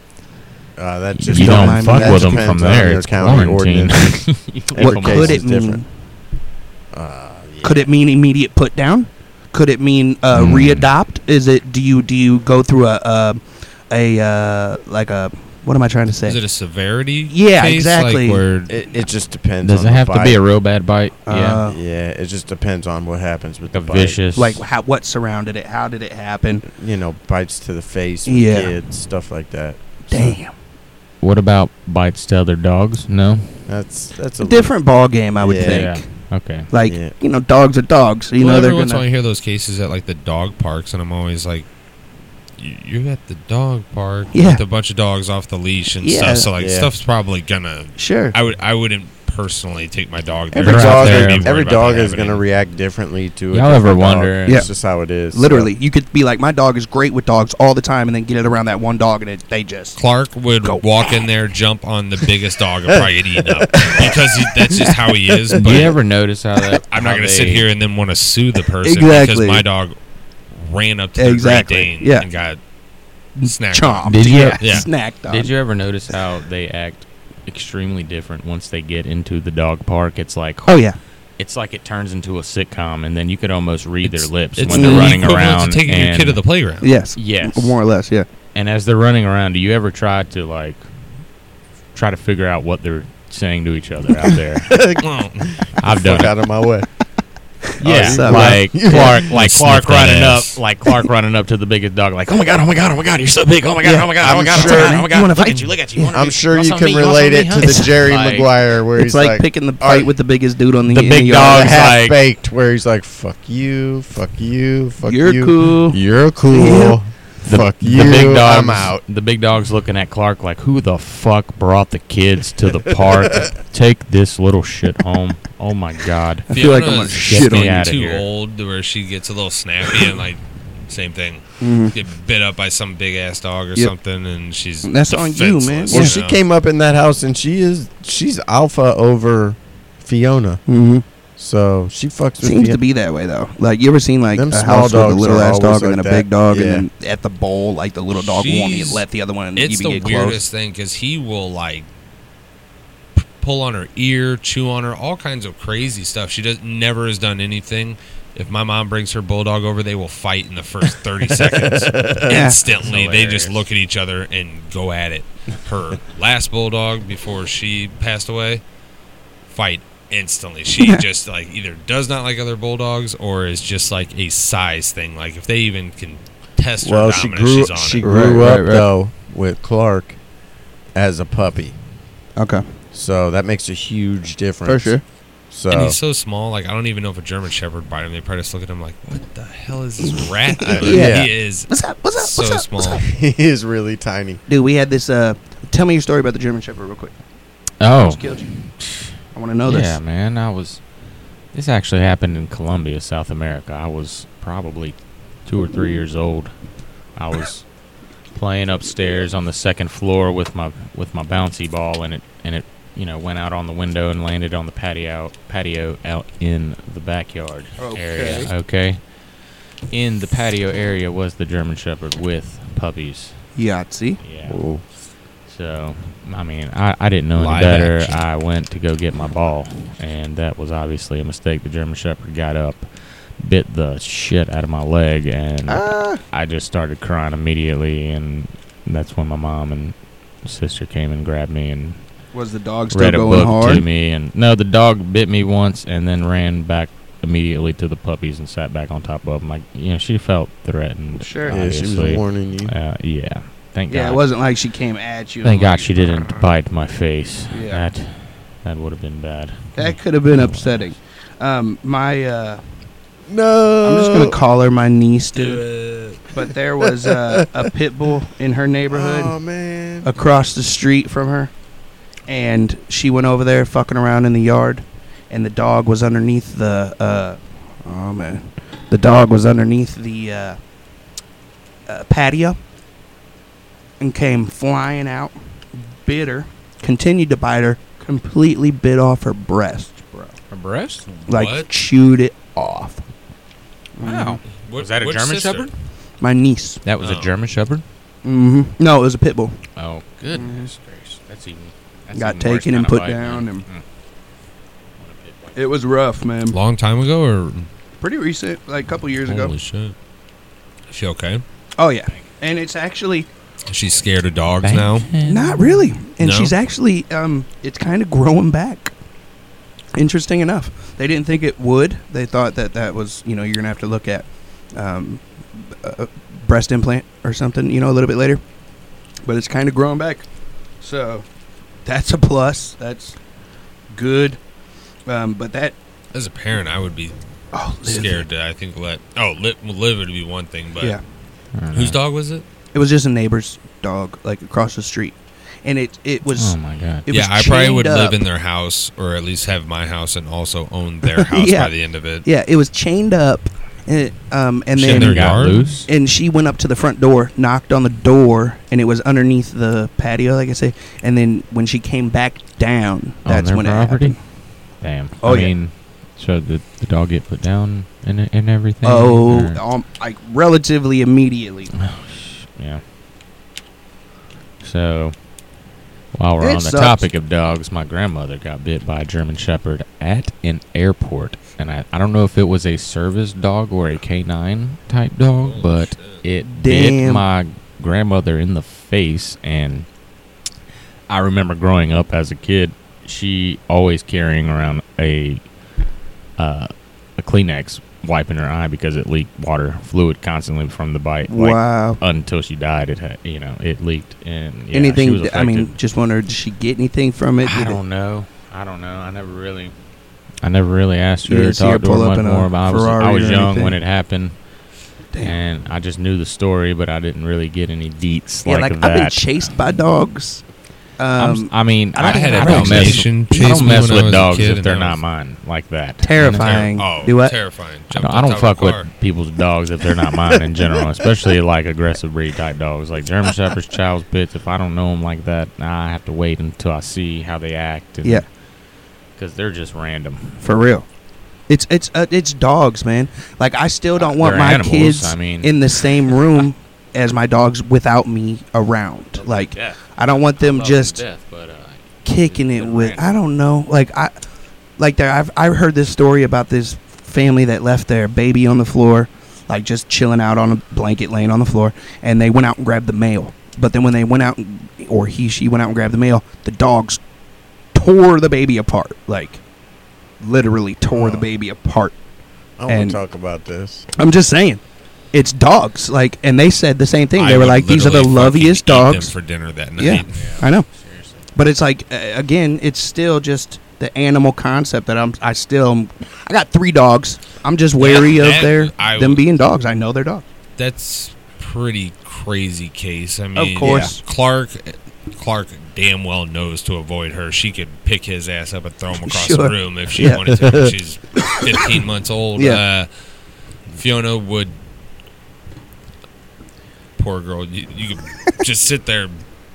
Uh, that just
you don't
mind
fuck
me.
with
That
them from
depends on
there.
your
It's
county
quarantine.
ordinance.
You come
Every
What
case
home.
could
is
it mean?
different. Uh, yeah.
Could it mean immediate put down? Could it mean uh,
Hmm.
readopt? Is it do you do you go through a a, a uh, like a what am I trying to say?
Is it a severity?
Yeah,
case?
exactly.
Like where
It, it just depends.
Does
on
it
the
have to be
bite.
a real bad bite?
Uh,
yeah,
Yeah, it just depends on what happens with
a
the bite.
vicious.
like how, what surrounded it? How did it happen?
You know, bites to the face, with
Yeah.
kids, stuff like that. So
Damn,
what about bites to other dogs? Mm. No.
that's that's a
a different ball game, I would
Yeah.
think.
Okay.
Like
Yeah.
you know, dogs are dogs. You
well,
know they're
every once in a
gonna.
while I hear those cases at like the dog parks, and I'm always like, "You- "You're at the dog park
Yeah.
with a bunch of dogs off the leash and
Yeah.
stuff." So like,
Yeah.
stuff's probably gonna.
Sure.
I would. I wouldn't personally take my dog. There.
Every
They're out
dog,
there.
is,
Even worried
every
about
dog
that
is going to
happening.
react differently to it.
Y'all ever wonder-
Dog.
Yeah.
It's just how it is. so.
Literally, you could be like, my dog is great with dogs all the time, and then get it around that one dog, and it, they just.
Clark would
Go.
walk in there, jump on the biggest dog, and probably get eaten up because he, that's just how he is. But
Do you ever notice how that?
I'm
how
not going to
they-
sit here and then want to sue the person
Exactly.
because my dog ran up to the
Exactly.
Great Dane
Yeah.
and got snagged.
Chomped.
Did you-
Yeah.
Yeah.
Snacked on.
Did you ever notice how they act extremely different once they get into the dog park? It's like
Oh yeah.
it's like it turns into a sitcom, and then you could almost read
It's-
their lips
It's
when
the
they're running
equivalent
around.
to taking
and,
your kid to the playground.
Yes.
Yes.
More or less. Yeah.
and as they're running around, do you ever try to like try to figure out what they're saying to each other out there?
Well,
I've
Fuck
done it.
out of my way.
Yeah,
Oh, you-
like Clark, like
Sniff
Clark
that
running
ass.
up, like Clark running up to the biggest dog, like, oh my god, oh my god, oh my god, you're so big, oh my god,
Yeah.
oh my god,
I'm
oh my god,
sure-
oh my god, oh my
You
god,
wanna
look
fight?
at you, look at you.
Yeah.
wanna
I'm
be-
sure
want
you
some
can
meat, want
relate
some
it
meat,
to
huh?
the Jerry
Like,
Maguire where
It's
he's
like,
like,
picking the
"Alright,
fight with the biggest dude on the,
the
in
big
yard.
dog's
half
like-
baked where he's like, "Fuck you, fuck you, fuck
You're
you,
cool.
you're cool,
Yeah.
The,
fuck
the
you,
big dog's,
I'm out."
The big dog's looking at Clark like, who the fuck brought the kids to the park? Take this little shit home. Oh my god.
I feel like I'm gonna
Fiona's
shit on
me
you.
outta
too
here.
old to where she gets a little snappy and like same thing.
Mm-hmm.
Mhm.
Get bit up by some big ass dog or
Yep.
something, and she's
That's on you, man.
defenseless,
Yeah.
Well,
you
she
know?
came up in that house and she is she's alpha over Fiona,
Mhm.
so she fucks with
Seems
Fiona.
to be that way though. Like you ever seen like
Them
a
small
house with a
dogs
little
are
ass
always
dog and
like
a big
that.
dog,
Yeah.
and then at the bowl, like the little dog won, you
She's-
let the other one. you
It's the
get close.
weirdest thing because he will like p- pull on her ear, chew on her, all kinds of crazy stuff. She does never has done anything. If my mom brings her bulldog over, they will fight in the first thirty seconds
Yeah.
instantly. They just
Hilarious.
look at each other and go at it. Her last bulldog before she passed away, fight instantly. She just like either does not like other bulldogs or is just like a size thing. Like if they even can test her
Well, she
dominance,
grew
she's on
she
it.
grew
Right,
up
right, right.
though with Clark as a puppy,
Okay.
so that makes a huge difference.
For sure.
So
And he's so small, like I don't even know if a German Shepherd bite him. They probably just look at him like, "What the hell is this rat?" doing?"
Yeah.
He is
What's up? What's up?
so
What's up?
small.
What's up?
he is really tiny.
Dude, we had this. Uh, tell me your story about the German Shepherd real quick.
Oh,
Just killed you. I want to know this.
yeah, man. I was. This actually happened in Colombia, South America. I was probably two or three years old. I was playing upstairs on the second floor with my with my bouncy ball, and it and it you know went out on the window and landed on the patio patio out in the backyard area. Okay. In the patio area was the German Shepherd with puppies.
Yahtzee.
Yeah. So, I mean, I, I didn't know any
Live
better.
action.
I went to go get my ball, and that was obviously a mistake. The German Shepherd got up, bit the shit out of my leg, and
Ah.
I just started crying immediately. And that's when my mom and sister came and grabbed me and
Was the dog still
read a
going
book to
hard?
me. And no, the dog bit me once, and then ran back immediately to the puppies and sat back on top of them. Like, you know, she felt threatened.
Sure.
Yeah, she was
obviously.
warning you.
Uh, yeah. Thank
Yeah,
God.
it wasn't like she came at you. and
Thank
like-
God she didn't bite my face.
Yeah.
That that would have been bad.
That could have been upsetting. Um, my, uh,
No,
I'm just gonna call her my niece, dude.
Dude.
But there was uh, a pit bull in her neighborhood.
Oh
Uh,
man,
across the street from her, and she went over there fucking around in the yard, and the dog was underneath the. Uh, oh man, the dog was underneath the uh, uh, patio, and came flying out, bit her, continued to bite her, completely bit off her breast, bro.
Her breast?
Like
what?
chewed it off.
Wow.
What-
Was that a
which
German
sister?
Shepherd?
My niece.
That was
Oh.
a German Shepherd.
hmm No, it was a pit bull.
Oh goodness gracious! That's even that's
Mm-hmm. Got
even worse
taken and
kinda
put
bite, man.
down and-
Mm.
It was rough, man.
Long time ago, or
Pretty recent, like a couple years
holy
ago.
shit? Is she okay?
Oh yeah, and it's actually
Is she scared of dogs
Bang.
now?
not really, and
No?
she's actually um, it's kind of growing back. Interesting enough, they didn't think it would. They thought that that was you know you're gonna have to look at um, a breast implant or something you know a little bit later, but it's kind of growing back, so that's a plus. That's good, um, but that
As a parent, I would be
oh Liv.
scared to. I think let oh live, live would be one thing, but
Yeah,
I don't
whose
know.
dog was it?
it was just a neighbor's dog like across the street, and it it was.
Oh my god!
It
yeah,
was
I probably
chained
would
up.
live in their house, or at least have my house, and also own their house
Yeah.
by the end of it.
Yeah, it was chained up, and um, and
Shit,
then
they're
It got
yard?
loose.
and she went up to the front door, knocked on the door, and it was underneath the patio, like I say. And then when she came back down,
on
that's
their
when it
property.
happened.
Damn.
Oh,
I
yeah.
mean, so did the dog get put down and and everything?
Oh,
Or-
um, like relatively immediately.
Yeah. So, while we're
It
on the
sucks.
topic of dogs, my grandmother got bit by a German Shepherd at an airport. And I, I don't know if it was a service dog or a canine type dog, but it bit
Damn.
my grandmother in the face. And I remember growing up as a kid, she always carrying around a uh, a Kleenex wiping her eye because it leaked water fluid constantly from the bite. Like,
wow.
until she died, it had, you know it leaked and yeah, She was
anything? I
affected.
mean, just wonder, did she get anything from it?
I
Did it-
don't know. I don't know. I never really, I never really asked
You
her,
didn't see her
talked to her
pull up
much
in a
more. About. I was I
Ferrari
was
or
young when
anything?
it happened,
Damn.
and I just knew the story, but I didn't really get any deets
Yeah,
like,
like, I've been
that.
chased by dogs.
I'm s-
Um,
I mean,
I don't
I,
think
had
I
I
don't
don't mess.
Asian
I
chased
don't
me
mess
when I
with
was a
dogs
kid,
if
and
they're
I
not
was-
mine like that.
terrifying.
Oh,
Do what?
terrifying!
I
Jumped
don't,
on
I don't
top of a
fuck with
car.
people's dogs if they're not mine in general, especially like aggressive breed type dogs, like German Shepherds, Child's Pits. If I don't know them like that, nah, I have to wait until I see how they act.
Yeah.
because they're just random.
For real. It's it's uh, it's dogs, man. Like I still don't want
Uh, They're
my
animals,
kids
I mean.
in the same room as my dogs without me around. Like I don't want them just
death, but uh,
kicking it with I don't know like I like there I've I've heard this story about this family that left their baby on the floor like just chilling out on a blanket laying on the floor and they went out and grabbed the mail but then when they went out and- or he she went out and grabbed the mail the dogs tore the baby apart like literally tore the
Wow.
baby apart
I want
And-
to talk about this.
I'm just saying it's dogs like and they said the same thing they
I
were
would
like these are the
literally fucking
loveliest
eat them
dogs
for dinner that night.
Yeah. I know
Seriously.
But it's like uh, again, it's still just the animal concept that I'm. I still. am- I got three dogs. I'm just wary
Yeah,
of
that-
their
I
them
would-
being dogs. I know they're dogs.
That's pretty crazy case. I mean,
course.
Clark Clark damn well knows to avoid her. She could pick his ass up and throw him across
Sure.
the room if she
Yeah.
wanted to. She's 15 months old.
Yeah.
Uh, Fiona would. Poor girl, you, you could just sit there.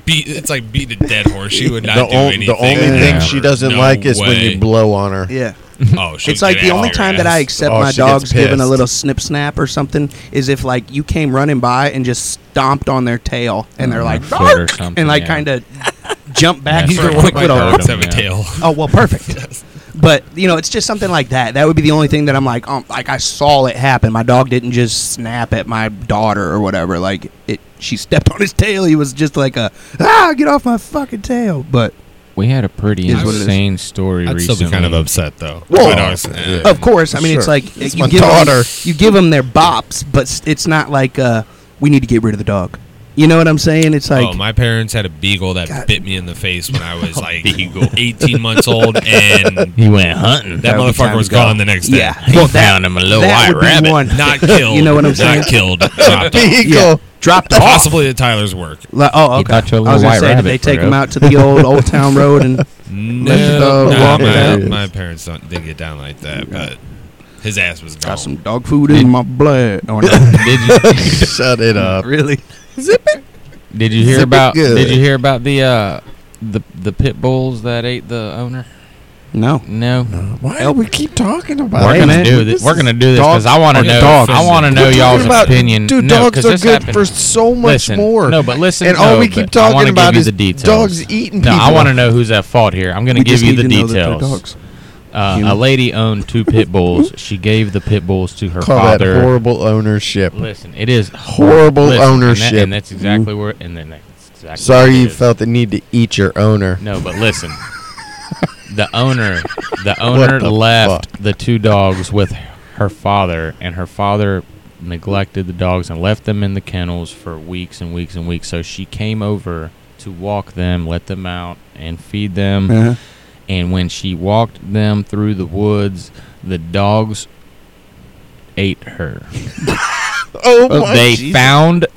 Beat, it's like beat a dead horse. She would not
the, on-
do anything.
the only
Yeah.
thing
ever.
she doesn't
No
like is when
way.
you blow on her.
Yeah,
Oh, she'll
it's like
get
the
out
only
your
time that I
ass.
accept
Oh,
my
she gets
dogs giving a
pissed.
little snip snap or something is if like you came running by and just stomped on their tail and they're
On
like
their foot or
"Ark!"
something,
and like
yeah.
kind of jump back
That's
for a
right.
quick
My
little.
dog.
dogs have a
Yeah.
tail.
Oh well, perfect. But you know, it's just something like that. That would be the only thing that I'm like, um, like I saw it happen. My dog didn't just snap at my daughter or whatever. Like it, she stepped on his tail. He was just like a ah, get off my fucking tail. But
We had a pretty
Is what it is.
insane story
I'd
recently.
still be kind of upset though.
Well,
My dogs-
yeah.
of course, I mean, it's
Sure.
like
It's
you
my
give 'em-
daughter.
you give them their bops, but s- it's not like uh, we need to get rid of the dog. You know what I'm saying? It's like
oh, my parents had a beagle that
God.
bit me in the face when I was like 18 months old, and that,
He went hunting.
That would be time
motherfucker was
to go.
gone the next day.
Yeah.
He
Well, that-
found him a little
that
white
would be
rabbit.
one.
Not killed.
You know what I'm saying?
Not killed. dropped off.
yeah, dropped off.
Possibly at Tyler's work.
Like, oh,
He
okay. I
got you a
was
little
gonna
white
say, did
rabbit,
they take
bro.
him out to the old Old Town Road and
No,
dog
nah,
walk
my,
it.
my parents don't didn't get down like that, but his ass was
Oh.
gone.
got some dog food in my blood? Or no,
Did you
Shut it up.
really?
did you hear
Zip it
about
good.
did you hear about the uh the the pit bulls that ate the owner?
No.
No.
Why do we keep talking about
Why
We're
Hey,
gonna
man.
do this. We're gonna do this
Dog-
because I want to
or
know.
dogs.
I want to know
We're talking
y'all's
about-
opinion.
Dude,
no, 'cause
dogs are
this
good
happened-
for so much
listen,
more.
No, but listen.
and all
no,
we keep
but I wanna
talking
give
about
you
is
the details.
dogs eating
No,
people.
I want to know who's at fault here. I'm gonna
We
give
just
you
need
the
to know that they're
details.
dogs.
Uh,
Human.
a lady owned two pit bulls. She gave the pit bulls to her
call that
father.
horrible ownership.
Listen, it is
Horrible
listen, and that-
ownership.
and, that's exactly where. And then that's exactly. what
Sorry
it
you
is.
felt the need to eat your owner.
No, but listen. the owner, the owner
the
left the two dogs with her father, and her father neglected the dogs and left them in the kennels for weeks and weeks and weeks. So she came over to walk them, let them out, and feed them.
Uh-huh.
And when she walked them through the woods, the dogs ate her.
Oh
they found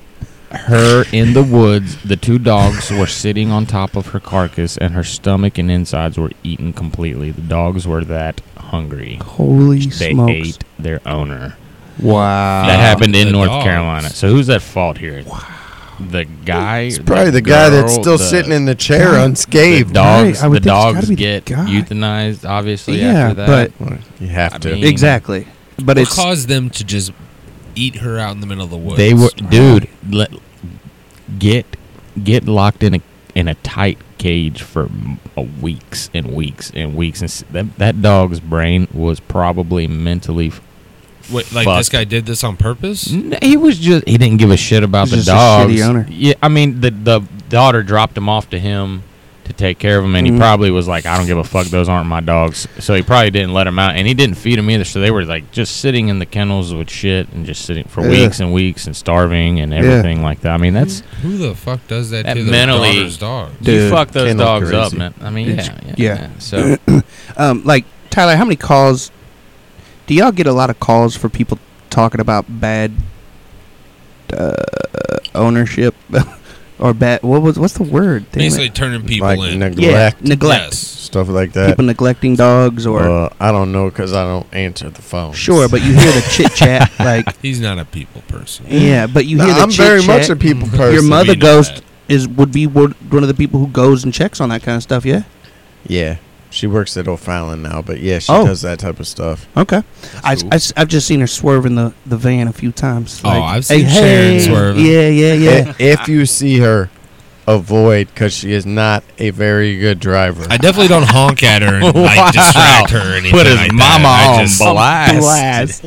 her in the woods. The two dogs were sitting on top of her carcass, and her stomach and insides were eaten completely. The dogs were that hungry.
Holy
They
smokes!
ate their owner.
Wow.
That happened in
the
North
dogs.
Carolina. So who's at fault here? The guy.
It's probably the guy that's
girl,
still
the-
sitting in the
God.
chair
The
unscathed.
dogs.
Right, I
The
would think it's gotta
dogs
be the
get
guy.
euthanized, obviously.
Yeah,
after that.
but
Well, you have
I
to.
mean-
exactly. But
What
it's
caused them to just eat her out in the middle of the woods?
They were, dude. Let, get get locked in a in a tight cage for m- a weeks and weeks and weeks, and s- that that dog's brain was probably mentally. f-
Wait, like this
fucked.
guy did this on purpose.
N- He was just he didn't give a shit about
He's
the
just a
dog.
shitty owner.
Yeah, I mean the the daughter dropped him off to him to take care of him, and
Mhm.
he probably was like, I don't give a fuck. Those aren't my dogs. So he probably didn't let him out, and he didn't feed him either. So they were like just sitting in the kennels with shit and just sitting for
Yeah.
weeks and weeks and starving and
Yeah.
everything like that. I mean that's.
Who the fuck does that,
That
to their
Mm-hmm. mentally-
daughter's dog?
Dude,
you fuck those
kennel
dogs up,
crazy.
man. I mean,
It's-
yeah, yeah,
yeah.
yeah. So
um, like Tyler. How many calls? Do y'all get a lot of calls for people talking about bad uh, ownership or bad? What was what's the word? Damn it.
Basically, turning people
like
in.
yeah,
neglect,
neglect.
Yes.
stuff like that.
People neglecting dogs or
Uh, I don't know because I don't answer the phone.
sure, but you hear the chit chat like
He's not a people person.
yeah, but you
No,
hear the
I'm very
chit-chat.
much a people
Your
person.
Your mother
We know
goes
that.
is would be one one of the people who goes and checks on that kind of stuff. Yeah.
Yeah, she works at O'Fallon now, but yeah, she
Oh.
does that type of stuff.
Okay. I,
cool.
I have just seen her swerve in the, the van a few times.
Oh,
Like,
I've seen Sharon swerving.
Yeah, yeah, yeah.
I- If you see her, avoid because she is not a very good driver.
I definitely don't honk at her and like, distract her or anything.
Put his
like
mama
that. I
on
just-
blast.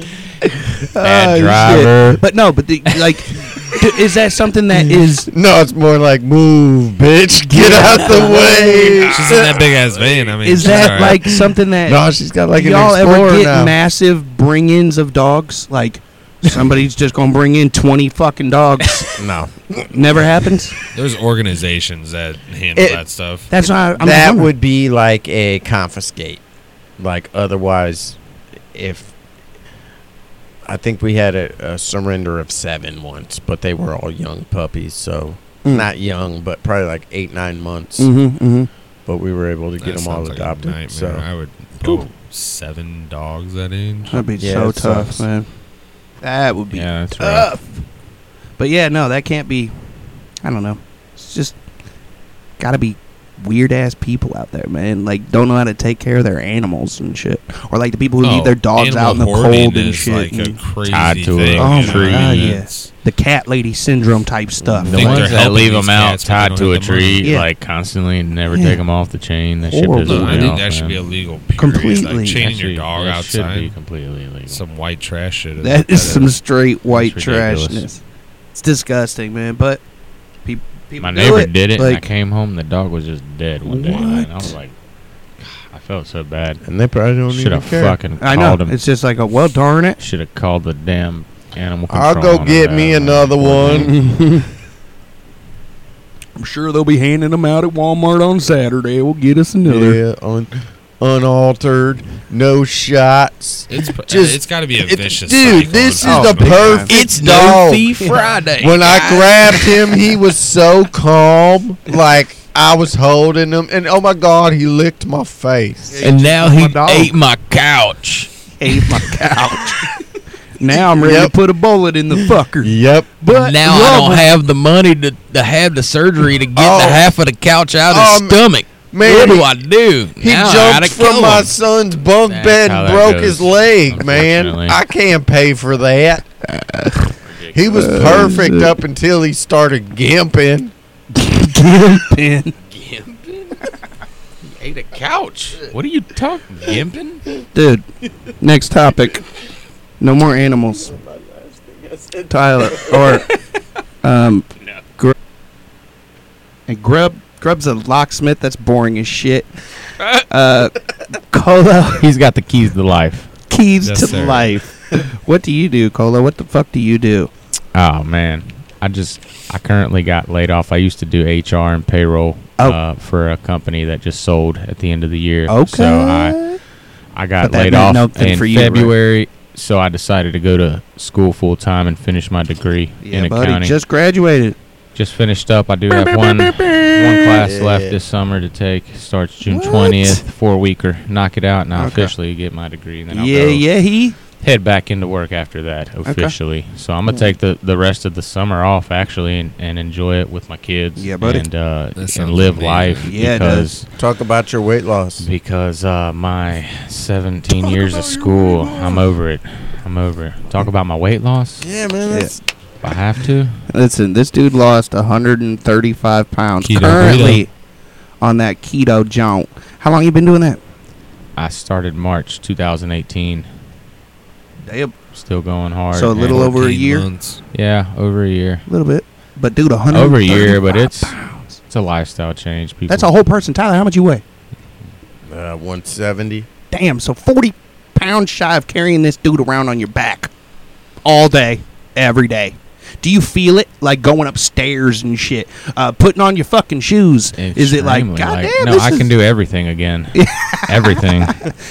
Bad
Oh, shit.
driver.
But no, but the, like, d- is that something
Mm.
that is?
no, it's more like move, bitch, get out the way.
She's in that big ass van. I mean,
Is
she's
that
all right.
like something that
no, she's got like an
y'all ever
explorer
get
now.
massive bring-ins of dogs? Like somebody's just gonna bring in twenty fucking dogs.
No,
Never happens.
There's organizations that handle
It-
that stuff.
That's why I'm
that
wondering.
would be like a confiscate. Like otherwise, if I think we had a, a surrender of seven once, but they were all young puppies, so
Mm.
not young, but probably like eight nine months.
Mhm, mhm.
But we were able to get
That
them all
sounds like a
adopted.
nightmare.
so
I would vote seven dogs that age.
That'd be
Yeah,
so
it
tough,
sucks.
man. That would be
Yeah,
Uh,
that's right.
tough. But yeah, no, that can't be. I don't know. It's just gotta be weird ass people out there, man. Like don't know how to take care of their animals and shit, or like the people who
Oh,
leave their dogs
animal
out in the
hoarding
cold and
is
shit.
Like a
and
crazy
Tied to a
thing.
Oh
you know,
my God, yeah.
it's-
the cat lady syndrome type stuff.
The
Mm, think
Like,
they're
ones that
helping
leave
these
them out
cats, but they
tied
don't
to a
have the money.
tree,
Yeah.
like constantly, and never
Yeah.
take them off the chain. That shit pisses
Horrible.
me
No, I think
off,
that should
man.
be illegal. Period.
Completely.
Like chaining your
Actually,
dog
that should be
outside.
completely illegal.
Some white trash shit.
that is some straight white
That's ridiculous.
trashness. It's disgusting, man. But pe- people
My
do
neighbor
it.
did it. and I
like-
came home. The dog was just dead one day. man. I
What?
was like, I felt so bad.
and they probably don't
Should
even
have
care.
fucking
I know.
called him.
It's just like a well, darn it.
Should have called the damn animal control.
I'll go
on
get
him,
me
man.
another one.
I'm sure they'll be handing them out at Walmart on Saturday. We'll get us another.
Yeah, un- unaltered, no shots.
It's p-
Just-
it's got to be a
It's-
vicious.
dude,
cycle
this is
of
the
something.
perfect dog.
Friday.
when I grabbed him, he was so calm, like I was holding him, and oh my god, he licked my face.
And now he ate
my couch.
ate my couch. now I'm ready
Yep.
to put a bullet in the fucker.
Yep.
But love him.
have the money to, to have the surgery to get
the Oh. half
of the couch out
of his Um,
stomach.
Man, he,
I do?
he jumped from my son's bunk
That's
bed
how
and
that
broke
goes,
his leg, man.
unfortunately.
I can't pay for that. He was perfect up until he started gimping.
Pin.
ate a couch. What are you talking? Gimping?
Dude, next topic. No more animals. Tyler or um, Gr- and Grub. Grub's a locksmith. That's boring as shit. Uh, Colo
He's got the keys to life.
keys
Yes,
to
sir.
life. What do you do, Colo? What the fuck do you do?
Oh man, I just I currently got laid off. I used to do HR and payroll
Oh.
uh, for a company that just sold at the end of the year.
Okay.
So uh, I I got
But that
laid
meant
off
nothing
in
for you, right?
February, so I decided to go to school full time and finish my degree
yeah,
in
buddy,
accounting.
just graduated.
Just finished up. I do have one one class left this summer to take. Starts June
What?
twentieth, four weeker. Knock it out, and I'll
Okay.
officially get my degree. And then I'll
yeah,
go
yeah, he.
head back into work after that officially. So I'm
Hmm.
gonna take the, the rest of the summer off actually and, and enjoy it with my kids.
Yeah, buddy.
And uh,
That
and
sounds
live
amazing.
life
Yeah, it
because
Talk about your weight loss.
because uh, my 17 years of school, I'm over it. I'm over it. Talk about my weight loss.
Yeah, man. That's,
If I have to.
Listen, this dude lost 135 pounds
Keto,
currently on that keto jaunt. How long you been doing that?
I started March 2018.
Damn.
Still going hard.
So a little
and-
over a
14
year?
months.
Yeah, over a year.
A little bit. But dude, 100
Over a year, but it's it's a lifestyle change. People.
That's a whole person. Tyler, how much you weigh?
uh, 170.
Damn, so 40 pounds shy of carrying this dude around on your back all day, every day. Do you feel it like going upstairs and shit, uh, putting on your fucking shoes? Is it like
Extremely
goddamn?
light. No,
this
I
is,
can do everything again. everything.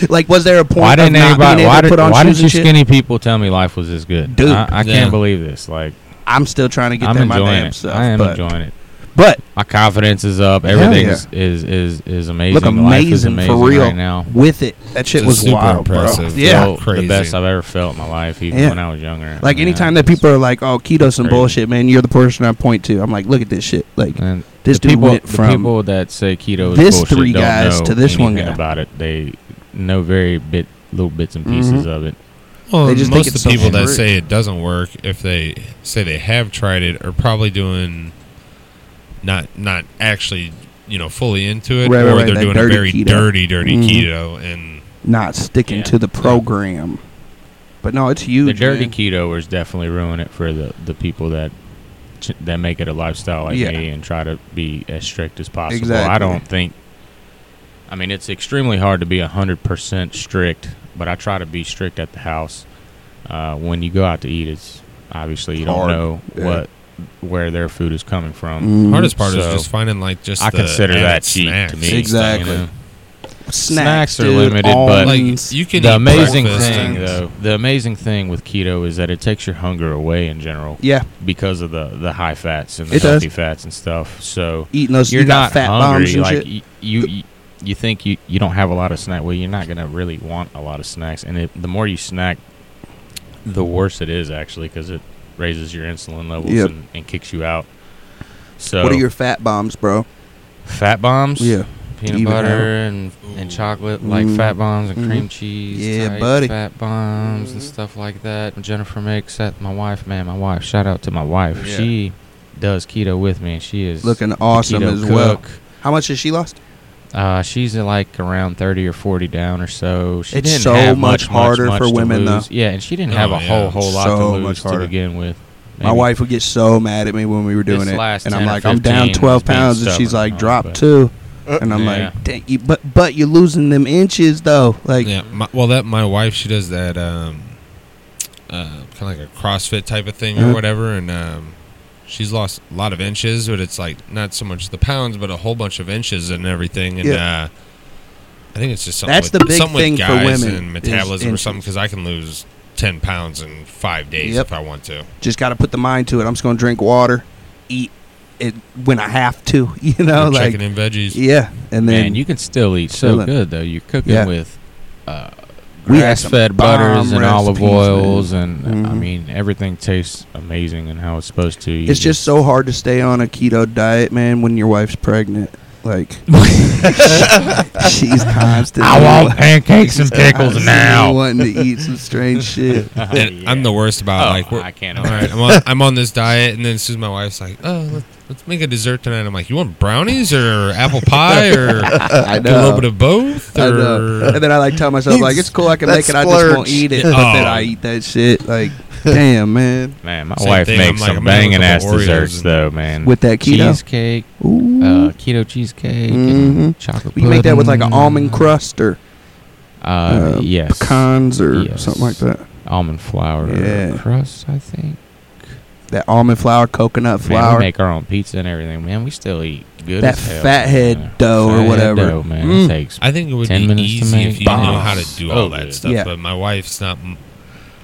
Like, was there a point?
Why
of
didn't
not
anybody?
Being able
Why
to
did?
put on
Why
shoes
did you
and shit?
skinny people tell me life was this good?
Dude.
I, I
Yeah.
can't believe this. Like
I'm still trying to get
I'm
there my
enjoying
damn
it.
self.
I am
but,
enjoying it.
But
My confidence is up.
Hell yeah.
Everything is, is is is amazing.
look
Life is
amazing,
amazing
for real.
right now.
With it, that shit
Just
was
super
wild,
impressive.
bro. Yeah,
Felt
Crazy.
the best I've ever felt in my life, even
Yeah.
when I was younger.
like
Yeah,
anytime that
it's-
people are like, "Oh, keto's some
Crazy.
bullshit," man, you're the person I point to. I'm like, look at this shit. Like
and
this
the
dude
people,
went
the
from
people that say keto is
this
bullshit
three
don't
guys
know
to this one
anything
guy.
about it. They know very bit little bits and pieces
Mhm.
of it.
Well,
They just think
most
it's
of the people
something
that
rude.
say it doesn't work, if they say they have tried it, are probably doing not not actually you know fully into it,
Right, right,
or
right,
they're
that
doing a
dirty
very
keto.
dirty, dirty
Mhm.
keto, and
Not sticking
Yeah.
to the program. But no, it's huge.
the dirty
man.
ketoers definitely ruin it for the, the people that ch- that make it a lifestyle like
Yeah.
me and try to be as strict as possible.
Exactly.
I don't think. I mean, it's extremely hard to be hundred percent strict, but I try to be strict at the house. Uh, when you go out to eat, it's obviously you
Hard.
don't know
Yeah.
what where their food is coming from.
Mhm.
hardest part is
So,
just finding like just
I
the
consider
added
that cheat
snacks.
to me.
Exactly.
you know?
snacks,
Snacks are
dude,
limited, but-
almonds.
Like you can
The
eat
amazing
breakfast
thing,
and-
though, the amazing thing with keto is that it takes your hunger away in general.
yeah,
because of the the high fats and the
It does.
healthy fats and stuff. So
eating those
you're
you got
not
fat
hungry.
bombs and
like
shit.
y- you, you you think you you don't have a lot of snack. Well, you're not gonna really want a lot of snacks. And it, the more you snack, the worse it is actually because it raises your insulin levels
Yep.
and, and kicks you out. So
What are your fat bombs, bro?
fat bombs?
Yeah,
peanut
Even
butter
out.
and and
Ooh.
chocolate like
Mm.
fat bombs and
Mhm.
cream cheese.
Yeah,
type
buddy.
Fat bombs and
Mhm.
stuff like that. Jennifer makes that. My wife, man, my wife. Shout out to my wife.
Yeah.
She does keto with me, and she is
looking
a
awesome
keto
as well.
cook.
How much has she lost?
Uh, she's uh, like around thirty or forty down or so. She
It's
didn't
so
have
much
much
harder
much
for
to
women, though.
lose. Yeah, and she didn't have
Oh,
a whole
yeah.
whole lot to
So much
lose to
harder.
begin with.
My
Maybe
wife would get so mad at me when we were doing
This
it,
last
and I'm
10 or
like, I'm down
15
12
has been
pounds, and she's
stubborn,
like,
huh,
drop
but-
two,
Uh,
and I'm
Yeah.
like, Dang, you, but but you're losing them inches though, like
yeah, my, well, that my wife she does that um, uh, kind of like a CrossFit type of thing
Mhm.
or whatever, and um, she's lost a lot of inches, but it's like not so much the pounds, but a whole bunch of inches and everything, and uh, I think it's just something
That's
with,
the big
something with
thing for
guys
women
and
is
metabolism or
inches.
something because I can lose ten pounds in five days
Yep.
if I want to.
just got to put the mind to it. I'm just gonna drink water, eat it when I have to, you know,
Or
like
chicken and veggies.
yeah, and then
Man, you can still eat so
Chilling.
good though. You're cooking
Yeah.
with uh,
We had some
grass-fed
bomb
butters and olive
recipes,
oils, and uh, I
Mhm.
mean everything tastes amazing and how it's supposed to. You
it's just so hard to stay on a keto diet, man, when your wife's pregnant. Like she's constantly.
pancakes
she's constantly Wanting to eat some strange shit.
And I'm the worst about
Oh,
like we're,
I can't.
All right, I'm on, I'm on this diet, and then as soon as my wife's like, "Oh, let's, let's make a dessert tonight," I'm like, "You want brownies or apple pie or
I
Uh, do a little
know.
bit of both?" Or
I know. And then I like tell myself like it's cool I can make
That's
it. I just won't
splurge.
eat it. But then
Oh.
I eat that shit. Like damn, man,
Man, my
Same
wife
thing,
makes
I'm like,
some
I'm having a
banging ass
couple Oreos
desserts
and-
though, man.
with that keto.
cheesecake,
Ooh.
uh, keto cheesecake,
Mhm.
and chocolate.
we can make that with like an
pudding.
almond crust or
Uh,
uh,
yes,
pecans or
Yes.
something like that.
almond flour
Yeah.
crust. I think.
That almond flour, coconut
Man,
flour,
we make our own pizza and everything. Man, we still eat good.
that
as hell, man.
fathead dough
Fathead
or whatever.
dough, man,
Mm.
it takes.
I think it would
10
be
minutes to
easy
make
if you know
bombs.
how to do
Oh,
all that
dude.
stuff.
Yeah.
But my wife's not. m-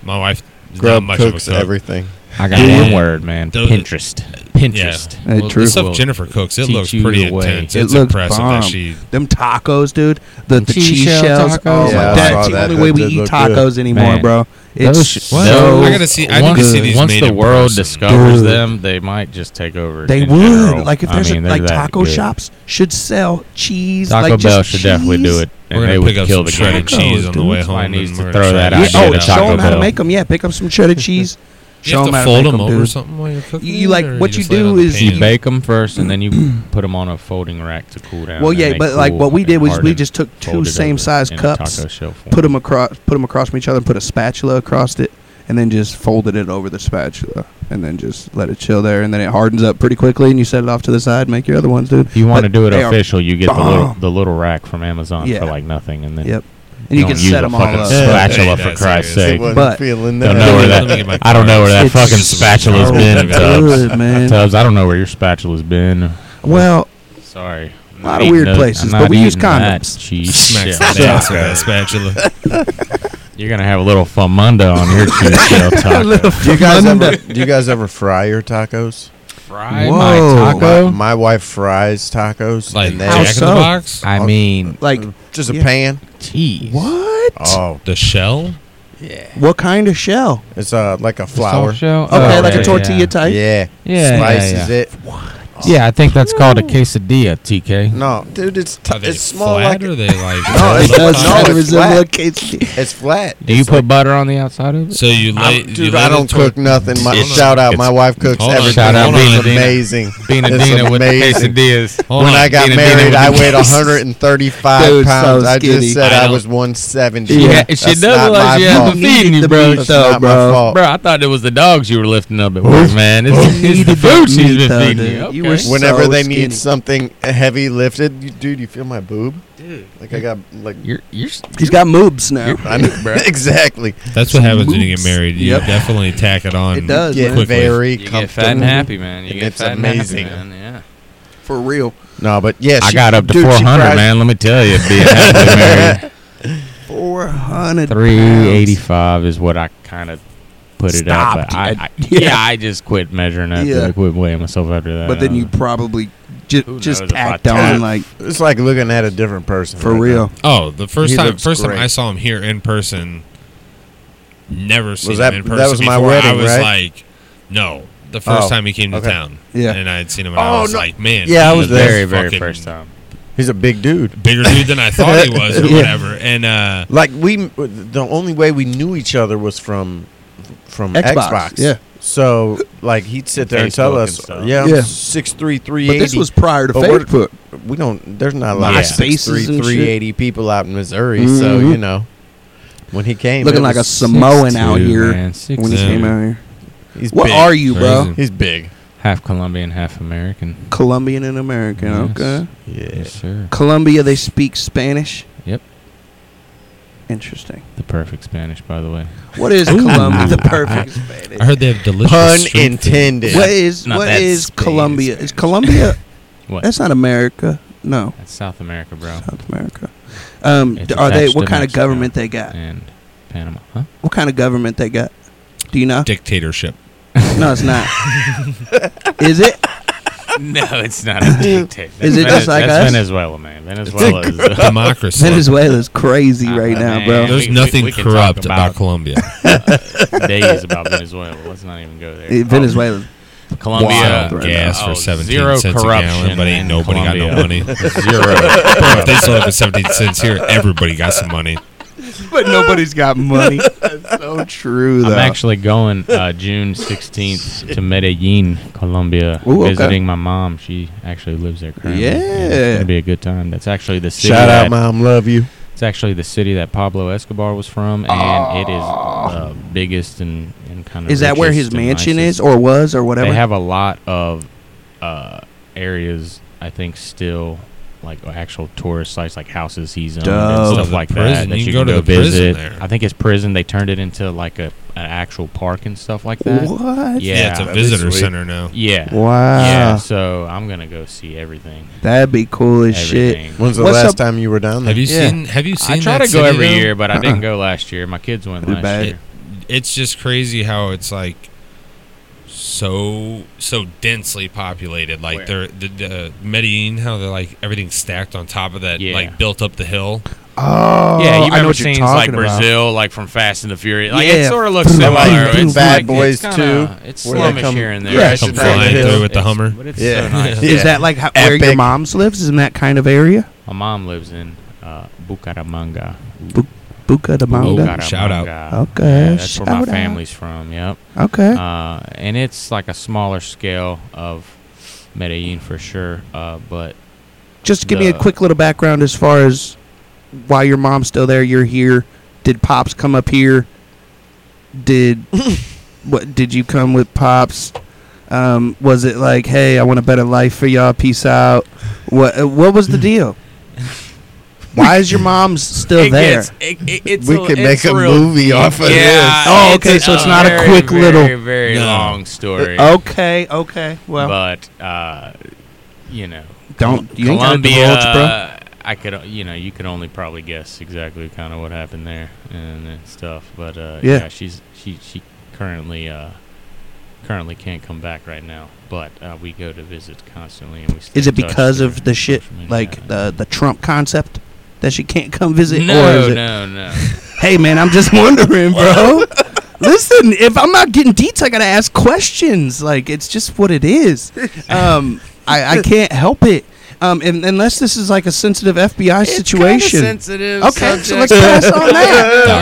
My wife is
Grub
not much
cooks
of a cook.
everything.
I got
Yeah.
one word, man.
Those-
Pinterest. Pinterest.
Hey,
the
true.
stuff
will
Jennifer cooks, it
teach
looks
you
pretty
the way.
intense.
It
it's
looks
impressive
bomb.
that she.
Them tacos, dude. The the
Cheese
cheese,
shell
shells. Oh
tacos.
my
Yeah,
god,
I
that's
saw
the
that.
only
That
way we
did
eat
look
tacos anymore,
Man.
bro. It's
Those sh-
What?
so
I gotta see. I need to
once,
see these
once
made
the
in
world
person.
discovers
Dude.
them, they might just take over.
They
in
would
general.
like if
I
there's
mean,
a,
they're
like
that
taco
good.
shops should sell cheese.
Taco
like
Bell
just
should definitely do
cheese.
it, and
We're
they
gonna
would
pick up
kill
some
the
shredded
game.
tacos,
cheese on the
dude.
way
That's why I
home.
needs
and
to
we're
throw
gonna
that
try
Yeah,
it
idea
oh,
to
out.
show
Taco
them how to
Bell.
make them. Yeah, pick up some shredded cheese.
You
Show
have
them
to
how
fold
to make
them
them,
over
dude.
something while you're cooking.
You- you like-
or
what you
just lay it
do
on the
is
pan?
You bake them first, and then you put them on a folding rack to cool down.
Well,
and
yeah,
they
but like
cool
what we
and
did was we
harden,
just took two
folded
same
over
size
in a
cups,
taco shell form.
put them across, put them across from each other, and put a spatula across it, and then just folded it over the spatula, and then just let it chill there, and then it hardens up pretty quickly, and you set it off to the side, make your other ones, dude.
If you want to
But
do it
they are
official, you get the little
bomb.
the little rack from Amazon
Yeah.
for like nothing, and then
Yep. And you
don't
can
use
set
a
them all
fucking
up.
spatula
Yeah,
for
that's
Christ's
serious.
It
sake.
wasn't
But-
Don't
feeling that.
know where
Let me get my
that I don't know where that
It's
fucking
so
spatula's
good,
been, Tubbs.
good, man.
Tubbs, I don't know where your spatula's been.
Well,
Sorry.
A lot of weird places, but we use condoms.
Smacks
Cheese.
the ass with that spatula.
You're gonna have a little famunda on your cheese shell taco.
Do you guys
Fernando.
ever? Do you guys ever fry your tacos?
Fry
Whoa.
my
My,
taco.
my wife fries tacos,
Like
and
How
Jack
then
in
so?
the Box,
I mean,
like
just a
Yeah.
pan.
cheese.
what?
Oh,
the shell.
yeah,
What kind of shell?
it's uh like a flour.
Shell?
Okay,
Oh,
like
yeah,
a tortilla
yeah.
type.
Yeah,
Yeah, yeah,
slices
yeah.
it.
Yeah, I think that's called a quesadilla, TK.
No, dude, it's t-
Are they
it's small
flat
like
or they like?
No,
It
it's-
does
no,
kind of
it's
resemble a
black.
quesadilla.
it's flat.
Do you
It's
put
like-
butter on the outside of it?
so you lay,
I'm-
you
dude,
lay
I
the
don't
tor-
cook nothing. My,
It's-
shout out,
it's-
my wife cooks
Hold on,
everything.
shout out
it's
Bina.
amazing.
Being a
It's
Dina with the
amazing.
quesadillas.
Hold
When
on.
I got
Bina, Bina
married,
with
I
the-
weighed 135
Dude, so
pounds. I
skinny.
just said
I
I,
don't-
was 170.
Yeah,
Yeah, she
That's
does
not
look like
my
she has
fault.
been feeding you,
the
bro.
meat,
That's
though,
not my
bro.
fault.
Bro, I thought it was the dogs you were lifting up at work, man. It's,
You
it's the
needed
food
that
she's
meat,
been
though,
feeding
dude.
you. Okay.
You were s-
Whenever
So
they
skinny.
need something heavy lifted, you, dude, you feel my boob? Dude. Like I got, like,
you're, you're,
He's got moobs now.
I know, exactly.
That's what happens when you get
Oops.
married. You
Yep.
definitely tack it on.
It does,
Get
man.
Quick.
very
you get
comfortable.
fat and happy, man. You
It-
get
it's
fat
amazing.
and happy, man.
For real.
No, but yeah,
Yeah. I
she-
got up to
dude, she
400,
fries-
man. Let me tell you, being happily married.
400 pounds.
385 is what I kind of put it up.
Stopped.
But I, I,
Yeah.
yeah. I just quit measuring after.
Yeah.
I quit weighing myself after that.
But then you probably ju-
Who
just
knows if I
tacked
tacked
on,
it.
like,
It's like looking at a different person. uh,
for
right now.
real.
Oh, the first
He
time,
looks
first time
great.
I saw him here in person, never seen
that-
him in
that
person.
was my
before. I
wedding,
was
right?
like, no. The first
Oh,
time he came to
okay.
town,
Yeah.
and I had seen him, and I
Oh,
was
no.
like, man,
Yeah, I
he
was
is
there.
very, very
fucking
first time.
He's a big dude.
bigger dude than I thought he was, or
Yeah.
whatever. And uh,
Like we, the only way we knew each other was from from
Xbox,
Xbox.
yeah.
So like he'd sit there and tell
Facebook
us,
and stuff.
yeah,
Yeah.
I'm six three three
But
eighty.
this was prior to
But we're-
Facebook.
we don't. There's not a lot of six
MySpaces
three
and
three eighty people out in Missouri. So
Mhm.
you know, when he came,
Looking
it
like a
was-
Samoan out here
Man,
when he
two.
came out here.
He's
What
big.
are you, bro?
Crazy.
He's big.
half Colombian, half American.
Colombian and American,
Yes.
okay.
Yeah.
Yes, sir.
Colombia, they speak Spanish.
Yep.
Interesting.
The perfect Spanish, by the way.
What is
Ooh.
Colombia? The perfect Spanish.
I heard they have delicious
Pun
street food.
intended.
What is
Not
what
that
is
Spain,
Colombia? Is
Spanish.
Colombia?
What?
That's not America. No,
That's South America, bro.
South America. Um,
It's
d- are they?
attached
What
to
kind of
Mexico.
government they got?
And Panama, huh?
What kind of government they got? Do you know?
dictatorship.
No, it's not. is it?
No, it's not a dictator.
Is it just like
that's
us?
Venezuela, man. Venezuela is.
Democracy.
Venezuela's crazy
Ah,
right now,
man.
bro.
There's
We- we-
nothing
we can talk
corrupt about,
about-
Colombia.
days about Venezuela. Let's not even go there.
Eh, Venezuela's
Oh, Colombia,
wild right
Gas
Oh,
for 17
zero
cents a
corruption
gallon, but ain't
in
nobody got no
Colombia.
money.
zero.
Bro, if they sold it for 17 cents here, everybody got some money.
but nobody's got money. That's so true, though.
I'm actually going uh, June 16th to Medellin, Colombia,
Ooh, okay.
visiting my mom. She actually lives there currently. and
Yeah.
it's gonna be a good time. That's actually the city.
Shout
that,
out, mom. Love you.
It's actually the city that Pablo Escobar was from, and it is the biggest and, and kind of.
is that where his mansion is, or was, or whatever?
They have a lot of uh, areas, I think, still like uh, actual tourist sites, like houses he's owned
Dope.
and stuff
The
like
prison.
that. That
You
you
can
can
go
go,
to the prison
visit.
there.
I think his prison. They turned it into like a an actual park and stuff like that.
what?
Yeah.
it's a
that'd be
visitor
sweet.
center now.
Yeah.
Wow.
Yeah. So I'm gonna go see everything.
That'd be cool as shit.
everything.
When's the
What's
last
up-
time you were down there?
Have you
Yeah.
seen? Have you seen?
Mm, I try
that
to go
city,
every
though?
year, but I
Uh-uh.
didn't go last year. My kids went
Too
last
bad.
year.
It's just crazy how it's like so so densely populated. Like
Where?
they're the, the Medellin, how they're like everything's stacked on top of that,
Yeah.
like built up the hill.
Oh,
Yeah,
I
you
know
remember
what you're
scenes
talking
like
about.
Brazil, like from Fast and the Furious. Like
Yeah.
it sort of looks
Boom,
similar.
boom, boom,
It's
Bad
like,
Boys
it's
2,
It's
where they
slumish
come-
here and there.
Yeah,
It's
come
so
flying
nice.
through with the
It's-
Hummer.
But it's
Yeah.
so nice.
Is
Yeah.
that like how, where your
Epic.
mom's lives? Is in that kind of area?
My mom lives in uh, Bucaramanga.
Bu- Buca de Manga.
Bucaramanga.
Shout out.
Okay,
Yeah, that's where my
shout out.
family's from. Yep.
Okay.
Uh, and it's like a smaller scale of Medellin for sure. Uh, but
Just give me a
the-
quick little background as far as why your mom's still there. You're here. Did pops come up here? Did what? Did you come with pops? Um, was it like, hey, I want a better life for y'all. Peace out. What? uh, What was the deal? Why is your mom still
it
there?
gets- it- it- it's
We
a-
could
it's
make a
real
movie
deep.
off of
yeah,
this.
Oh,
it's
okay,
a
so it's not a
very,
quick
very,
little-
very
No.
long story.
okay. Okay. Well,
but uh, you know,
don't you ain't got a
Colombia.
divulge, bro.
I could, uh, you know, you could only probably guess exactly kind of what happened there and, and stuff. But uh,
Yeah.
yeah. she's she she currently uh, currently can't come back right now. But uh, we go to visit constantly, and we. Stay
Is it
in touch
because
through
of the shit,
social media.
like the the Trump concept, that she can't come visit? or
No,
is it,
no, no.
Hey, man, I'm just wondering, bro. Listen, if I'm not getting deets, I gotta ask questions. Like it's just what it is. Um, I, I can't help it. Um, and, unless this is like a sensitive FBI situation.
sensitive.
okay, so let's pass on that.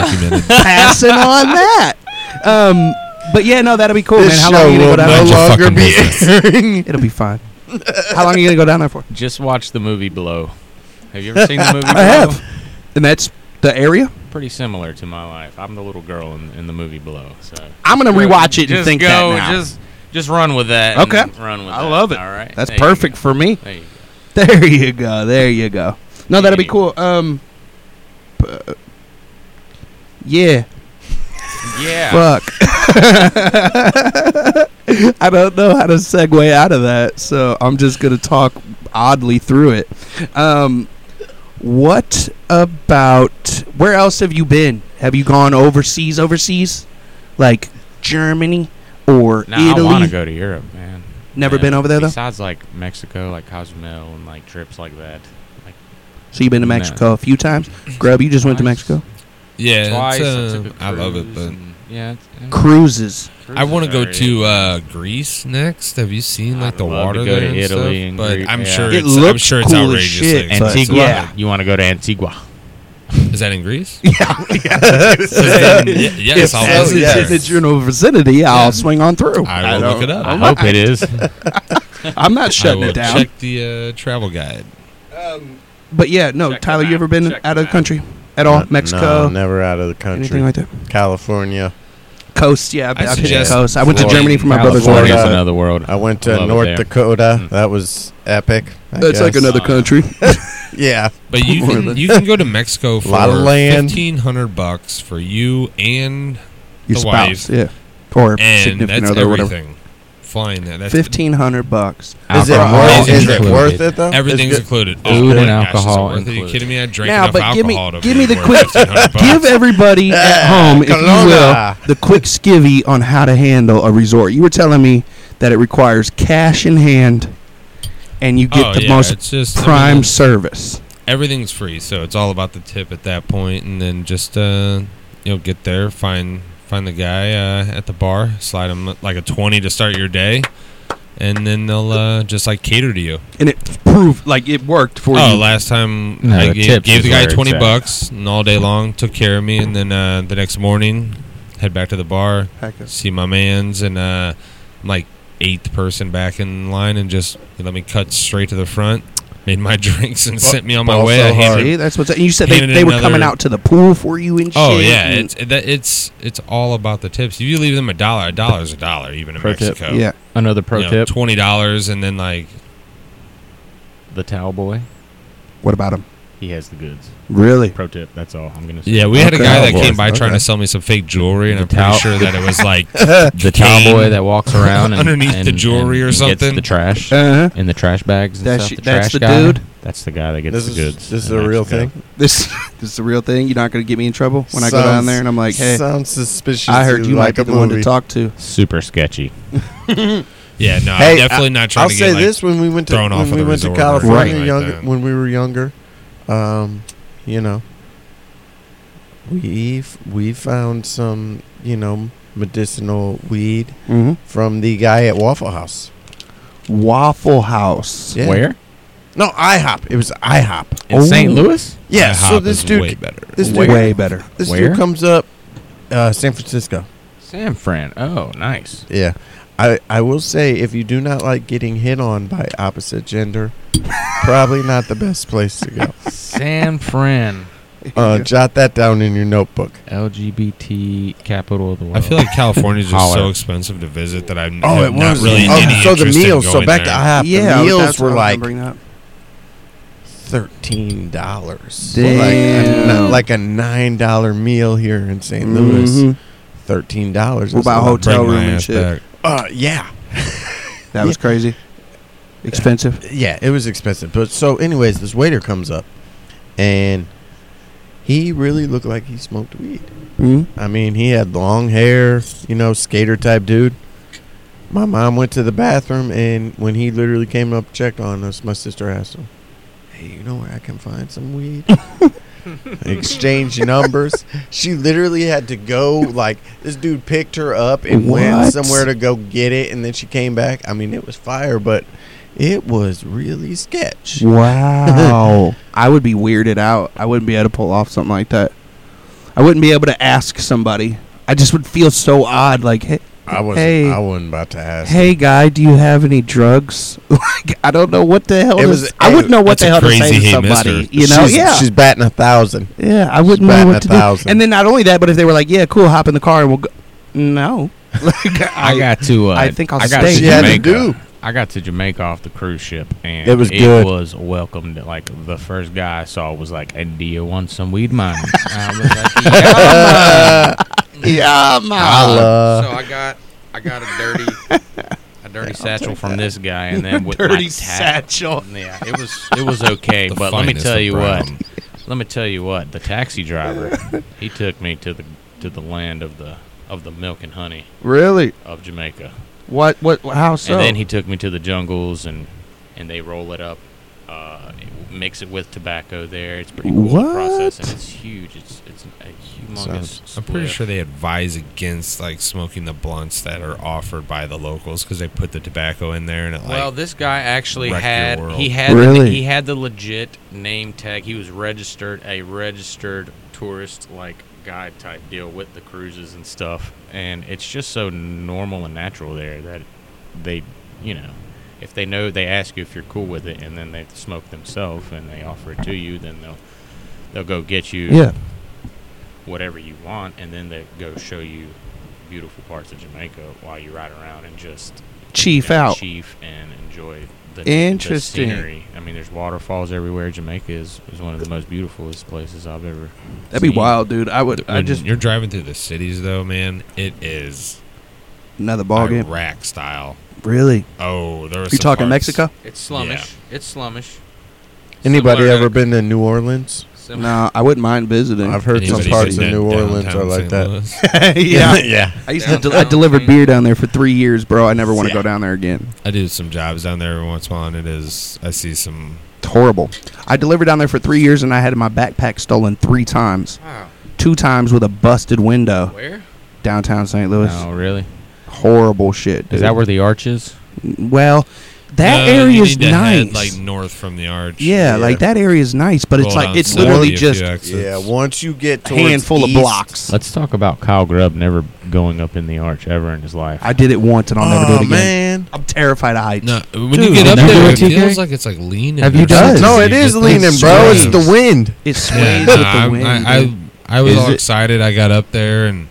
Documented.
Passing on that. Um, but yeah, no, that'll be cool, Oh, man.
This
How
show
long are you gonna go
will
down
no
there?
Mind your longer
longer
fucking
be
be
It'll be fine. How long are you gonna go down there for?
Just watch the movie Blow. Have you ever seen the movie Blow?
I have. And that's the area.
Pretty similar to my life. I'm the little girl in, in the movie Blow. So
I'm gonna rewatch it and
just
think
go,
that now.
Just just run with that. and
Okay.
Run with
I
that.
love it.
All right.
that's
There you go.
perfect for me.
There you go.
There you go. There you go. No, that'll be
Yeah.
cool. Um, p- uh, yeah.
Yeah.
Fuck. I don't know how to segue out of that, so I'm just gonna talk oddly through it. Um, what about where else have you been? Have you gone overseas? Overseas, like Germany or
now I want
Italy?
to go to Europe, man.
Never
Yeah.
been over there though.
Besides like Mexico, like Cozumel, and like trips like that.
So you've been to
No.
Mexico a few times. Grub, you just went to
Twice.
Mexico.
Yeah, it's,
Twice. I,
um,
took a
I love it,
cruise
but
and- yeah. it's-
Cruises.
I want to
cruises
go
are-
to uh, Greece next. Have you seen like
I'd
the
love to
water
go to
there and
Italy
stuff?
and
but
Greece,
I'm
yeah.
sure
It
it's, I'm
looks
sure it's
cool as
outrageous.
shit,
like,
but-
Antigua.
Yeah.
You want to go to Antigua?
Is that in Greece? Yeah. yes, I'll
it's,
visit
it's
there.
in the general vicinity, I'll
Yeah.
swing on through.
I will look it up.
I hope it is.
I'm not shutting
I will
it down.
Check the uh, travel guide.
But yeah, no,
Check the
Tyler, you
map.
ever been
Check the
out of the
map.
country at all? Mexico,
No, never out of the country.
anything like that?
California.
Coast, yeah, I've,
I
I've hit the
suggest
coast. I went to
Florida.
Germany for my uh, brother's
California's
wedding.
Florida.
another world.
I went to
Love it
North
there.
Dakota.
Mm.
That was epic. I
That's like
guess.
another country.
Yeah.
But you
More
can,
than-
you can go to Mexico for
Lot of land.
fifteen hundred bucks for you and
Your
The wife.
spouse, yeah, or
and
significant
that's
other, whatever.
everything. Flying there, that's
Fifteen hundred bucks.
Is it
Alcohol
worth?
is
Is it
included.
worth it though?
Everything's
It's good.
included. Oh
Food
my
and
gosh, is it
alcohol
worth it? Are you
included.
kidding me? I drank
Now,
enough
but give me-
alcohol to
give me
be
the
worth
quick-
1500 bucks.
Give everybody at home, if you will,
Kelowna.
the quick skivvy on how to handle a resort. You were telling me that it requires cash in hand, and you get
Oh,
the
yeah,
most
it's just I mean,
prime service.
everything's free, so it's all about the tip at that point, and then just uh, you know get there, find find the guy uh, at the bar, slide him like a twenty to start your day, and then they'll uh, just like cater to you.
and it proved like it worked for
Oh,
you.
last time
No,
I
the
gave,
tips
gave
is
the guy
where it's
twenty
at.
bucks, and all day long took care of me, and then uh, the next morning head back to the bar, see my man's, and uh, I'm like eighth person back in line, and just they let me cut straight to the front. Made my drinks and sent me on my
ball
way.
so
I handed
hard.
See, that's what's. And you said they,
Handed
they were
another-
coming out to the pool for you and shit.
Oh yeah,
and-
it's that, it's it's all about the tips. If you leave them a dollar, a dollar is a dollar, even in
Pro tip.
Mexico.
yeah.
Another pro
You know,
tip:
twenty dollars, and then like
the towel boy.
What about him?
He has the goods.
Really?
Pro tip. That's all I'm gonna say.
yeah, we had a
Okay.
guy that
Cowboys,
came by trying
okay.
to sell me some fake jewelry, and
Oh, The
I'm pretty
towel-
sure that it was like
the
cane
towel boy that walks around and,
underneath
and-
the jewelry
and-
or
and gets
something.
the trash
Uh huh.
in the trash bags. And
That's
stuff.
y- that's
trash
the
guy.
dude?
That's the guy that gets
This
the
is
goods.
this is
in
a real
Mexico.
thing.
This this is the real thing. You're not gonna get me in trouble when I go down
Sounds-
there and I'm like, hey,
sounds suspicious.
I heard you
like
might be
a
the one to
movie.
talk to.
Super sketchy.
yeah, no,
Hey,
I'm definitely not trying
I'll
to
say
get like,
this: when we went to
thrown off
when
of
we
the
went to
resort or something
California
like
younger,
that.
when we were younger, um, you know, we f- we found some you know medicinal weed
hmm
from the guy at Waffle House.
Waffle House.
Yeah.
Where?
No, IHOP. It was IHOP.
In
Oh.
St. Louis?
Yeah.
IHOP
so this
is
dude,
way better.
this
Way,
dude,
better.
this
Where?
dude comes up, uh, San Francisco.
San Fran. Oh, nice.
Yeah. I, I will say if you do not like getting hit on by opposite gender, probably not the best place to go.
San Fran.
Uh, jot that down in your notebook.
LGBT capital of the world.
I feel like California's just
Holler.
so expensive to visit that I'm have not really
Oh,
any
so the
interest in
meals. So
going
back
there.
to IHOP.
yeah,
the
I was-
meals
that's
were
what I was
like
gonna bring up.
thirteen dollars. Like, a
Damn.
ni- like a nine dollar meal here in saint Louis.
Mhm.
Thirteen dollars.
What about
Bring
hotel
my
room and
ass
shit.
back.
Uh, yeah,
That was crazy. Expensive.
yeah. It was expensive, but so anyways, this waiter comes up, and he really looked like he smoked weed.
Mhm.
I mean, he had long hair, you know, skater type dude. My mom went to the bathroom, and when he literally came up, checked on us, my sister asked him, Hey, you know where I can find some weed? Exchange numbers. She literally had to go, like, this dude picked her up and
What?
went somewhere to go get it, and then she came back. I mean, it was fire, but It was really sketch.
Wow. I would be weirded out. I wouldn't be able to pull off something like that. I wouldn't be able to ask somebody. I just would feel so odd. Like, hey,
I wasn't.
Hey.
I wasn't about to ask.
hey guy, do you have any drugs? like, I don't know what the hell.
It
It
was-
I wouldn't know what
That's
the
a
hell to
crazy
say to
hey,
somebody.
mister.
You know?
She's-
yeah.
she's batting a thousand.
yeah. I wouldn't know
batting a
what to
thousand.
do. And then not only that, but if they were like, "Yeah, cool, hop in the car and we'll go," no. Like,
I, got to. Uh,
I think I'll
I got
stay.
to
She had
to
Jamaica.
do.
I got to Jamaica off the cruise ship, and
It was good.
was welcomed. Like the first guy I saw was like, "And do you want some weed, man?" I was like, "Yeah,
yeah,
I
man.
love.
So I got I got a dirty a dirty satchel from this guy, and then with my
Dirty
tap-
satchel.
Yeah, it was it was okay,
The
but let me
finest
tell
of
you
brown.
what. Let me tell you what. The taxi driver, he took me to the to the land of the of the milk and honey
Really?
of Jamaica,
What? What? How so?
and then he took me to the jungles, and and they roll it up. Uh, mix it with tobacco there. It's pretty cool to process, and
What?
it's huge. It's it's a humongous.
Sounds-
I'm pretty
split.
sure they advise against like smoking the blunts that are offered by the locals because they put the tobacco in there and it like
Well, this guy actually
wrecked
had
your world.
he had the,
Really?
he had the legit name tag. He was registered a registered tourist like guide type deal with the cruises and stuff. And it's just so normal and natural there that they, you know, if they know they ask you if you're cool with it, and then they smoke themselves and they offer it to you, then they'll they'll go get you
yeah.
whatever you want, and then they go show you beautiful parts of Jamaica while you ride around and just
Chief
and
out.
Chief and enjoy the
Interesting.
The scenery. I mean, there's waterfalls everywhere. Jamaica is, is one of the most beautifulest places I've ever.
That'd be
seen.
wild, dude. I would. I
when
just
you're driving through the cities though, man. It is
another ball game.
Iraq style.
Really?
Oh, there was
You talking Mexico?
It's slummish. It's slummish.
Anybody
Similar
ever
to-
been to New Orleans?
similar-
No, I wouldn't mind visiting.
I've heard some
Anybody
parts of
been
New Orleans are like that.
yeah.
yeah.
I used to. del- I
Downtown
delivered
thing.
beer down there for three years, bro. I never want to go
Yeah.
down there again.
I do some jobs down there every once in a while, and it is. I see some.
It's horrible. I delivered down there for three years, and I had my backpack stolen three times.
Wow.
Two times with a busted window
Where?
downtown St. Louis.
Oh, really?
Horrible shit.
Is
dude.
that where the arch is?
Well, that
No, you
area is
need to
nice.
head, like north from the arch.
yeah,
yeah.
like that area is nice, but it's
Roll
like
down
it's
slowly
literally
a few
just
exits.
Yeah. Once you get
a
towards
handful of
east-
blocks.
Let's talk about Kyle Grubb never going up in the arch ever in his life.
I did it once, and I'll never do it
Oh
again.
man.
I'm terrified of heights.
No, when
Dude,
you get
you
up
do
there,
it
it
too,
feels
Jake?
like it's like leaning.
Have you
or
done it?
something.
No,
You
it is
just-
leaning,
it's
bro. It's
swaying.
the wind.
It sways
Yeah, nah,
with the
I'm-
wind.
I,
dude.
I, I was
Is
all
it-
excited. I got up there and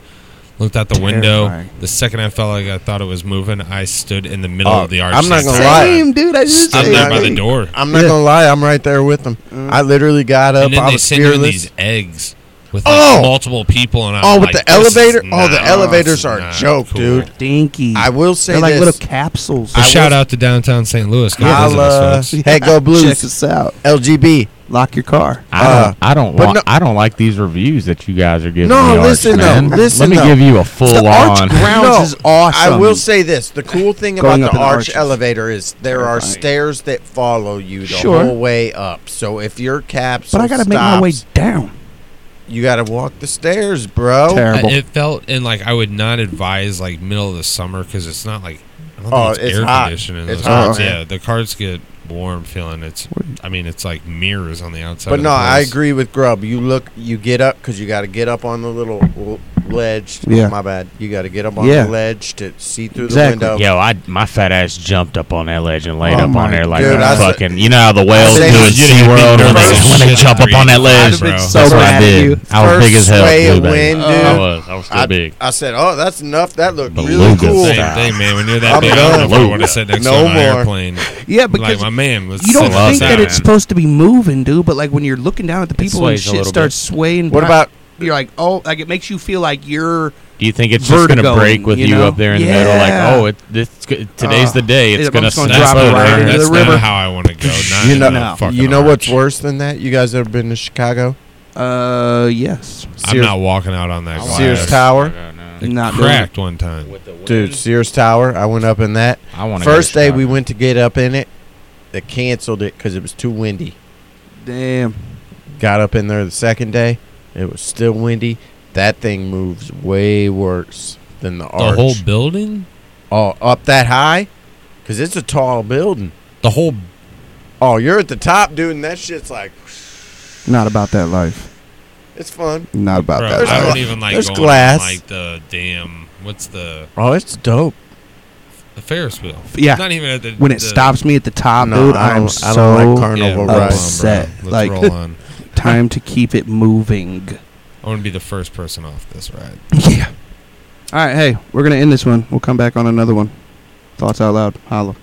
looked out the window.
Terrifying.
The second I felt like I thought it was moving, I stood in the middle
Oh,
of the arch.
I'm not
saying,
gonna lie.
Same, dude. I just
Stop
Same
there by
thing.
the door.
I'm not
Yeah.
gonna lie. I'm right there with them.
Mm.
I literally got up.
and then
I
they
was
send you in
fearless.
these eggs with like,
Oh!
multiple people. And I'm
Oh, with
like,
the
this is
elevator. Oh,
not-
the elevators
this
are a
not
joke,
cool.
dude.
Dinky.
I will say
They're like
this.
little capsules.
So
I
shout
will-
out to downtown St. Louis. Go visit
I'll, uh,
us, folks.
hey, go
Check
blues.
us out.
LGB.
Lock your car.
I
Uh,
don't. I don't.
but
wa-
no-
I don't like these reviews that you guys are giving.
No,
the arch,
listen though,
man.
listen
Let me
though.
give you a full
The arch
on.
grounds
No,
is awesome.
I will say this: the cool thing about
Going up
the
in
arch
arches.
elevator is there are
Terrifying.
stairs that follow you the
Sure.
whole way up. So if your capsule
but I gotta make my way
stops,
down.
you gotta walk the stairs, bro.
Terrible.
I- it felt and like I would not advise like middle of the summer because it's not like I don't
Oh,
think it's,
it's
air
hot.
conditioning. in
It's
those
hot,
parts.
man.
yeah, the cards get warm feeling. It's I mean it's like mirrors on the outside.
but
of
no,
the
I
place.
agree with Grub. You look, you get up because you got to get up on the little l- ledge. Oh,
Yeah.
my bad. You got to get up on
Yeah.
the ledge to see through
Exactly.
the window.
Yo, I my fat ass jumped up on that ledge and laid
Oh
up
my
on there like
dude,
a
I said-
fucking. you know how the whales do
said-
in
You
SeaWorld when they,
nervous.
when they jump up on that ledge.
I'd have been so
That's what I
mad at you.
did. I was
First
big as hell.
sway
too,
of
baby.
wind,
I
dude.
was. I was still
I,
big.
I said, "Oh, that's enough. That looked really
Beluga
cool."
style.
Same thing, man. When you're that
I'm
big, I don't know if I
done.
want to sit next
No
to an
more.
airplane.
yeah,
Like
because
my man was.
you don't
sitting outside,
think that it's
man.
supposed to be moving, dude. But like when you're looking down at the people and
sways a
shit
little
starts swaying.
What
by-
about
you're like, oh, like it makes you feel like you're.
Do you think it's just gonna
Vertigo,
break with
you
you,
know?
up there in the middle?
Yeah.
Like, oh, it, this today's
Uh,
the day. It's
I'm
gonna
just gonna
snap
drop it
over.
right into
That's
the river.
not how I want to go. Not
You
in
know-
the
No.
fucking
you know what's
arch.
worse than that? You guys ever been to Chicago?
Uh, yes,
I'm not walking out on that.
Sears
glass.
Tower,
not doing it.
cracked one time.
dude. Sears Tower. I went up in that.
I want
First day we went to get up in it, they canceled it because it was too windy.
Damn.
Got up in there the second day, it was still windy. That thing moves way worse than the
The
arch.
whole building.
oh, up that high, because it's a tall building.
The whole
Oh, you're at the top, dude, and that shit's like,
Not about that life.
it's fun.
Not about
bro,
that.
Uh, There's
I
life.
don't
gla-
even like
there's
going
glass.
on like the damn what's the
Oh, it's dope.
the Ferris wheel?
Yeah.
Not even at the
When it
the-
stops me at the top,
No,
Ah, dude,
I
I'm
don't-
so
I don't like car-
Yeah,
Carnival
roll on, bro.
upset.
Let's
Like-
roll on.
time to keep it moving.
I want to be the first person off this ride.
Yeah. All right, hey, we're gonna end this one. We'll come back on another one. Thoughts out loud. Holla.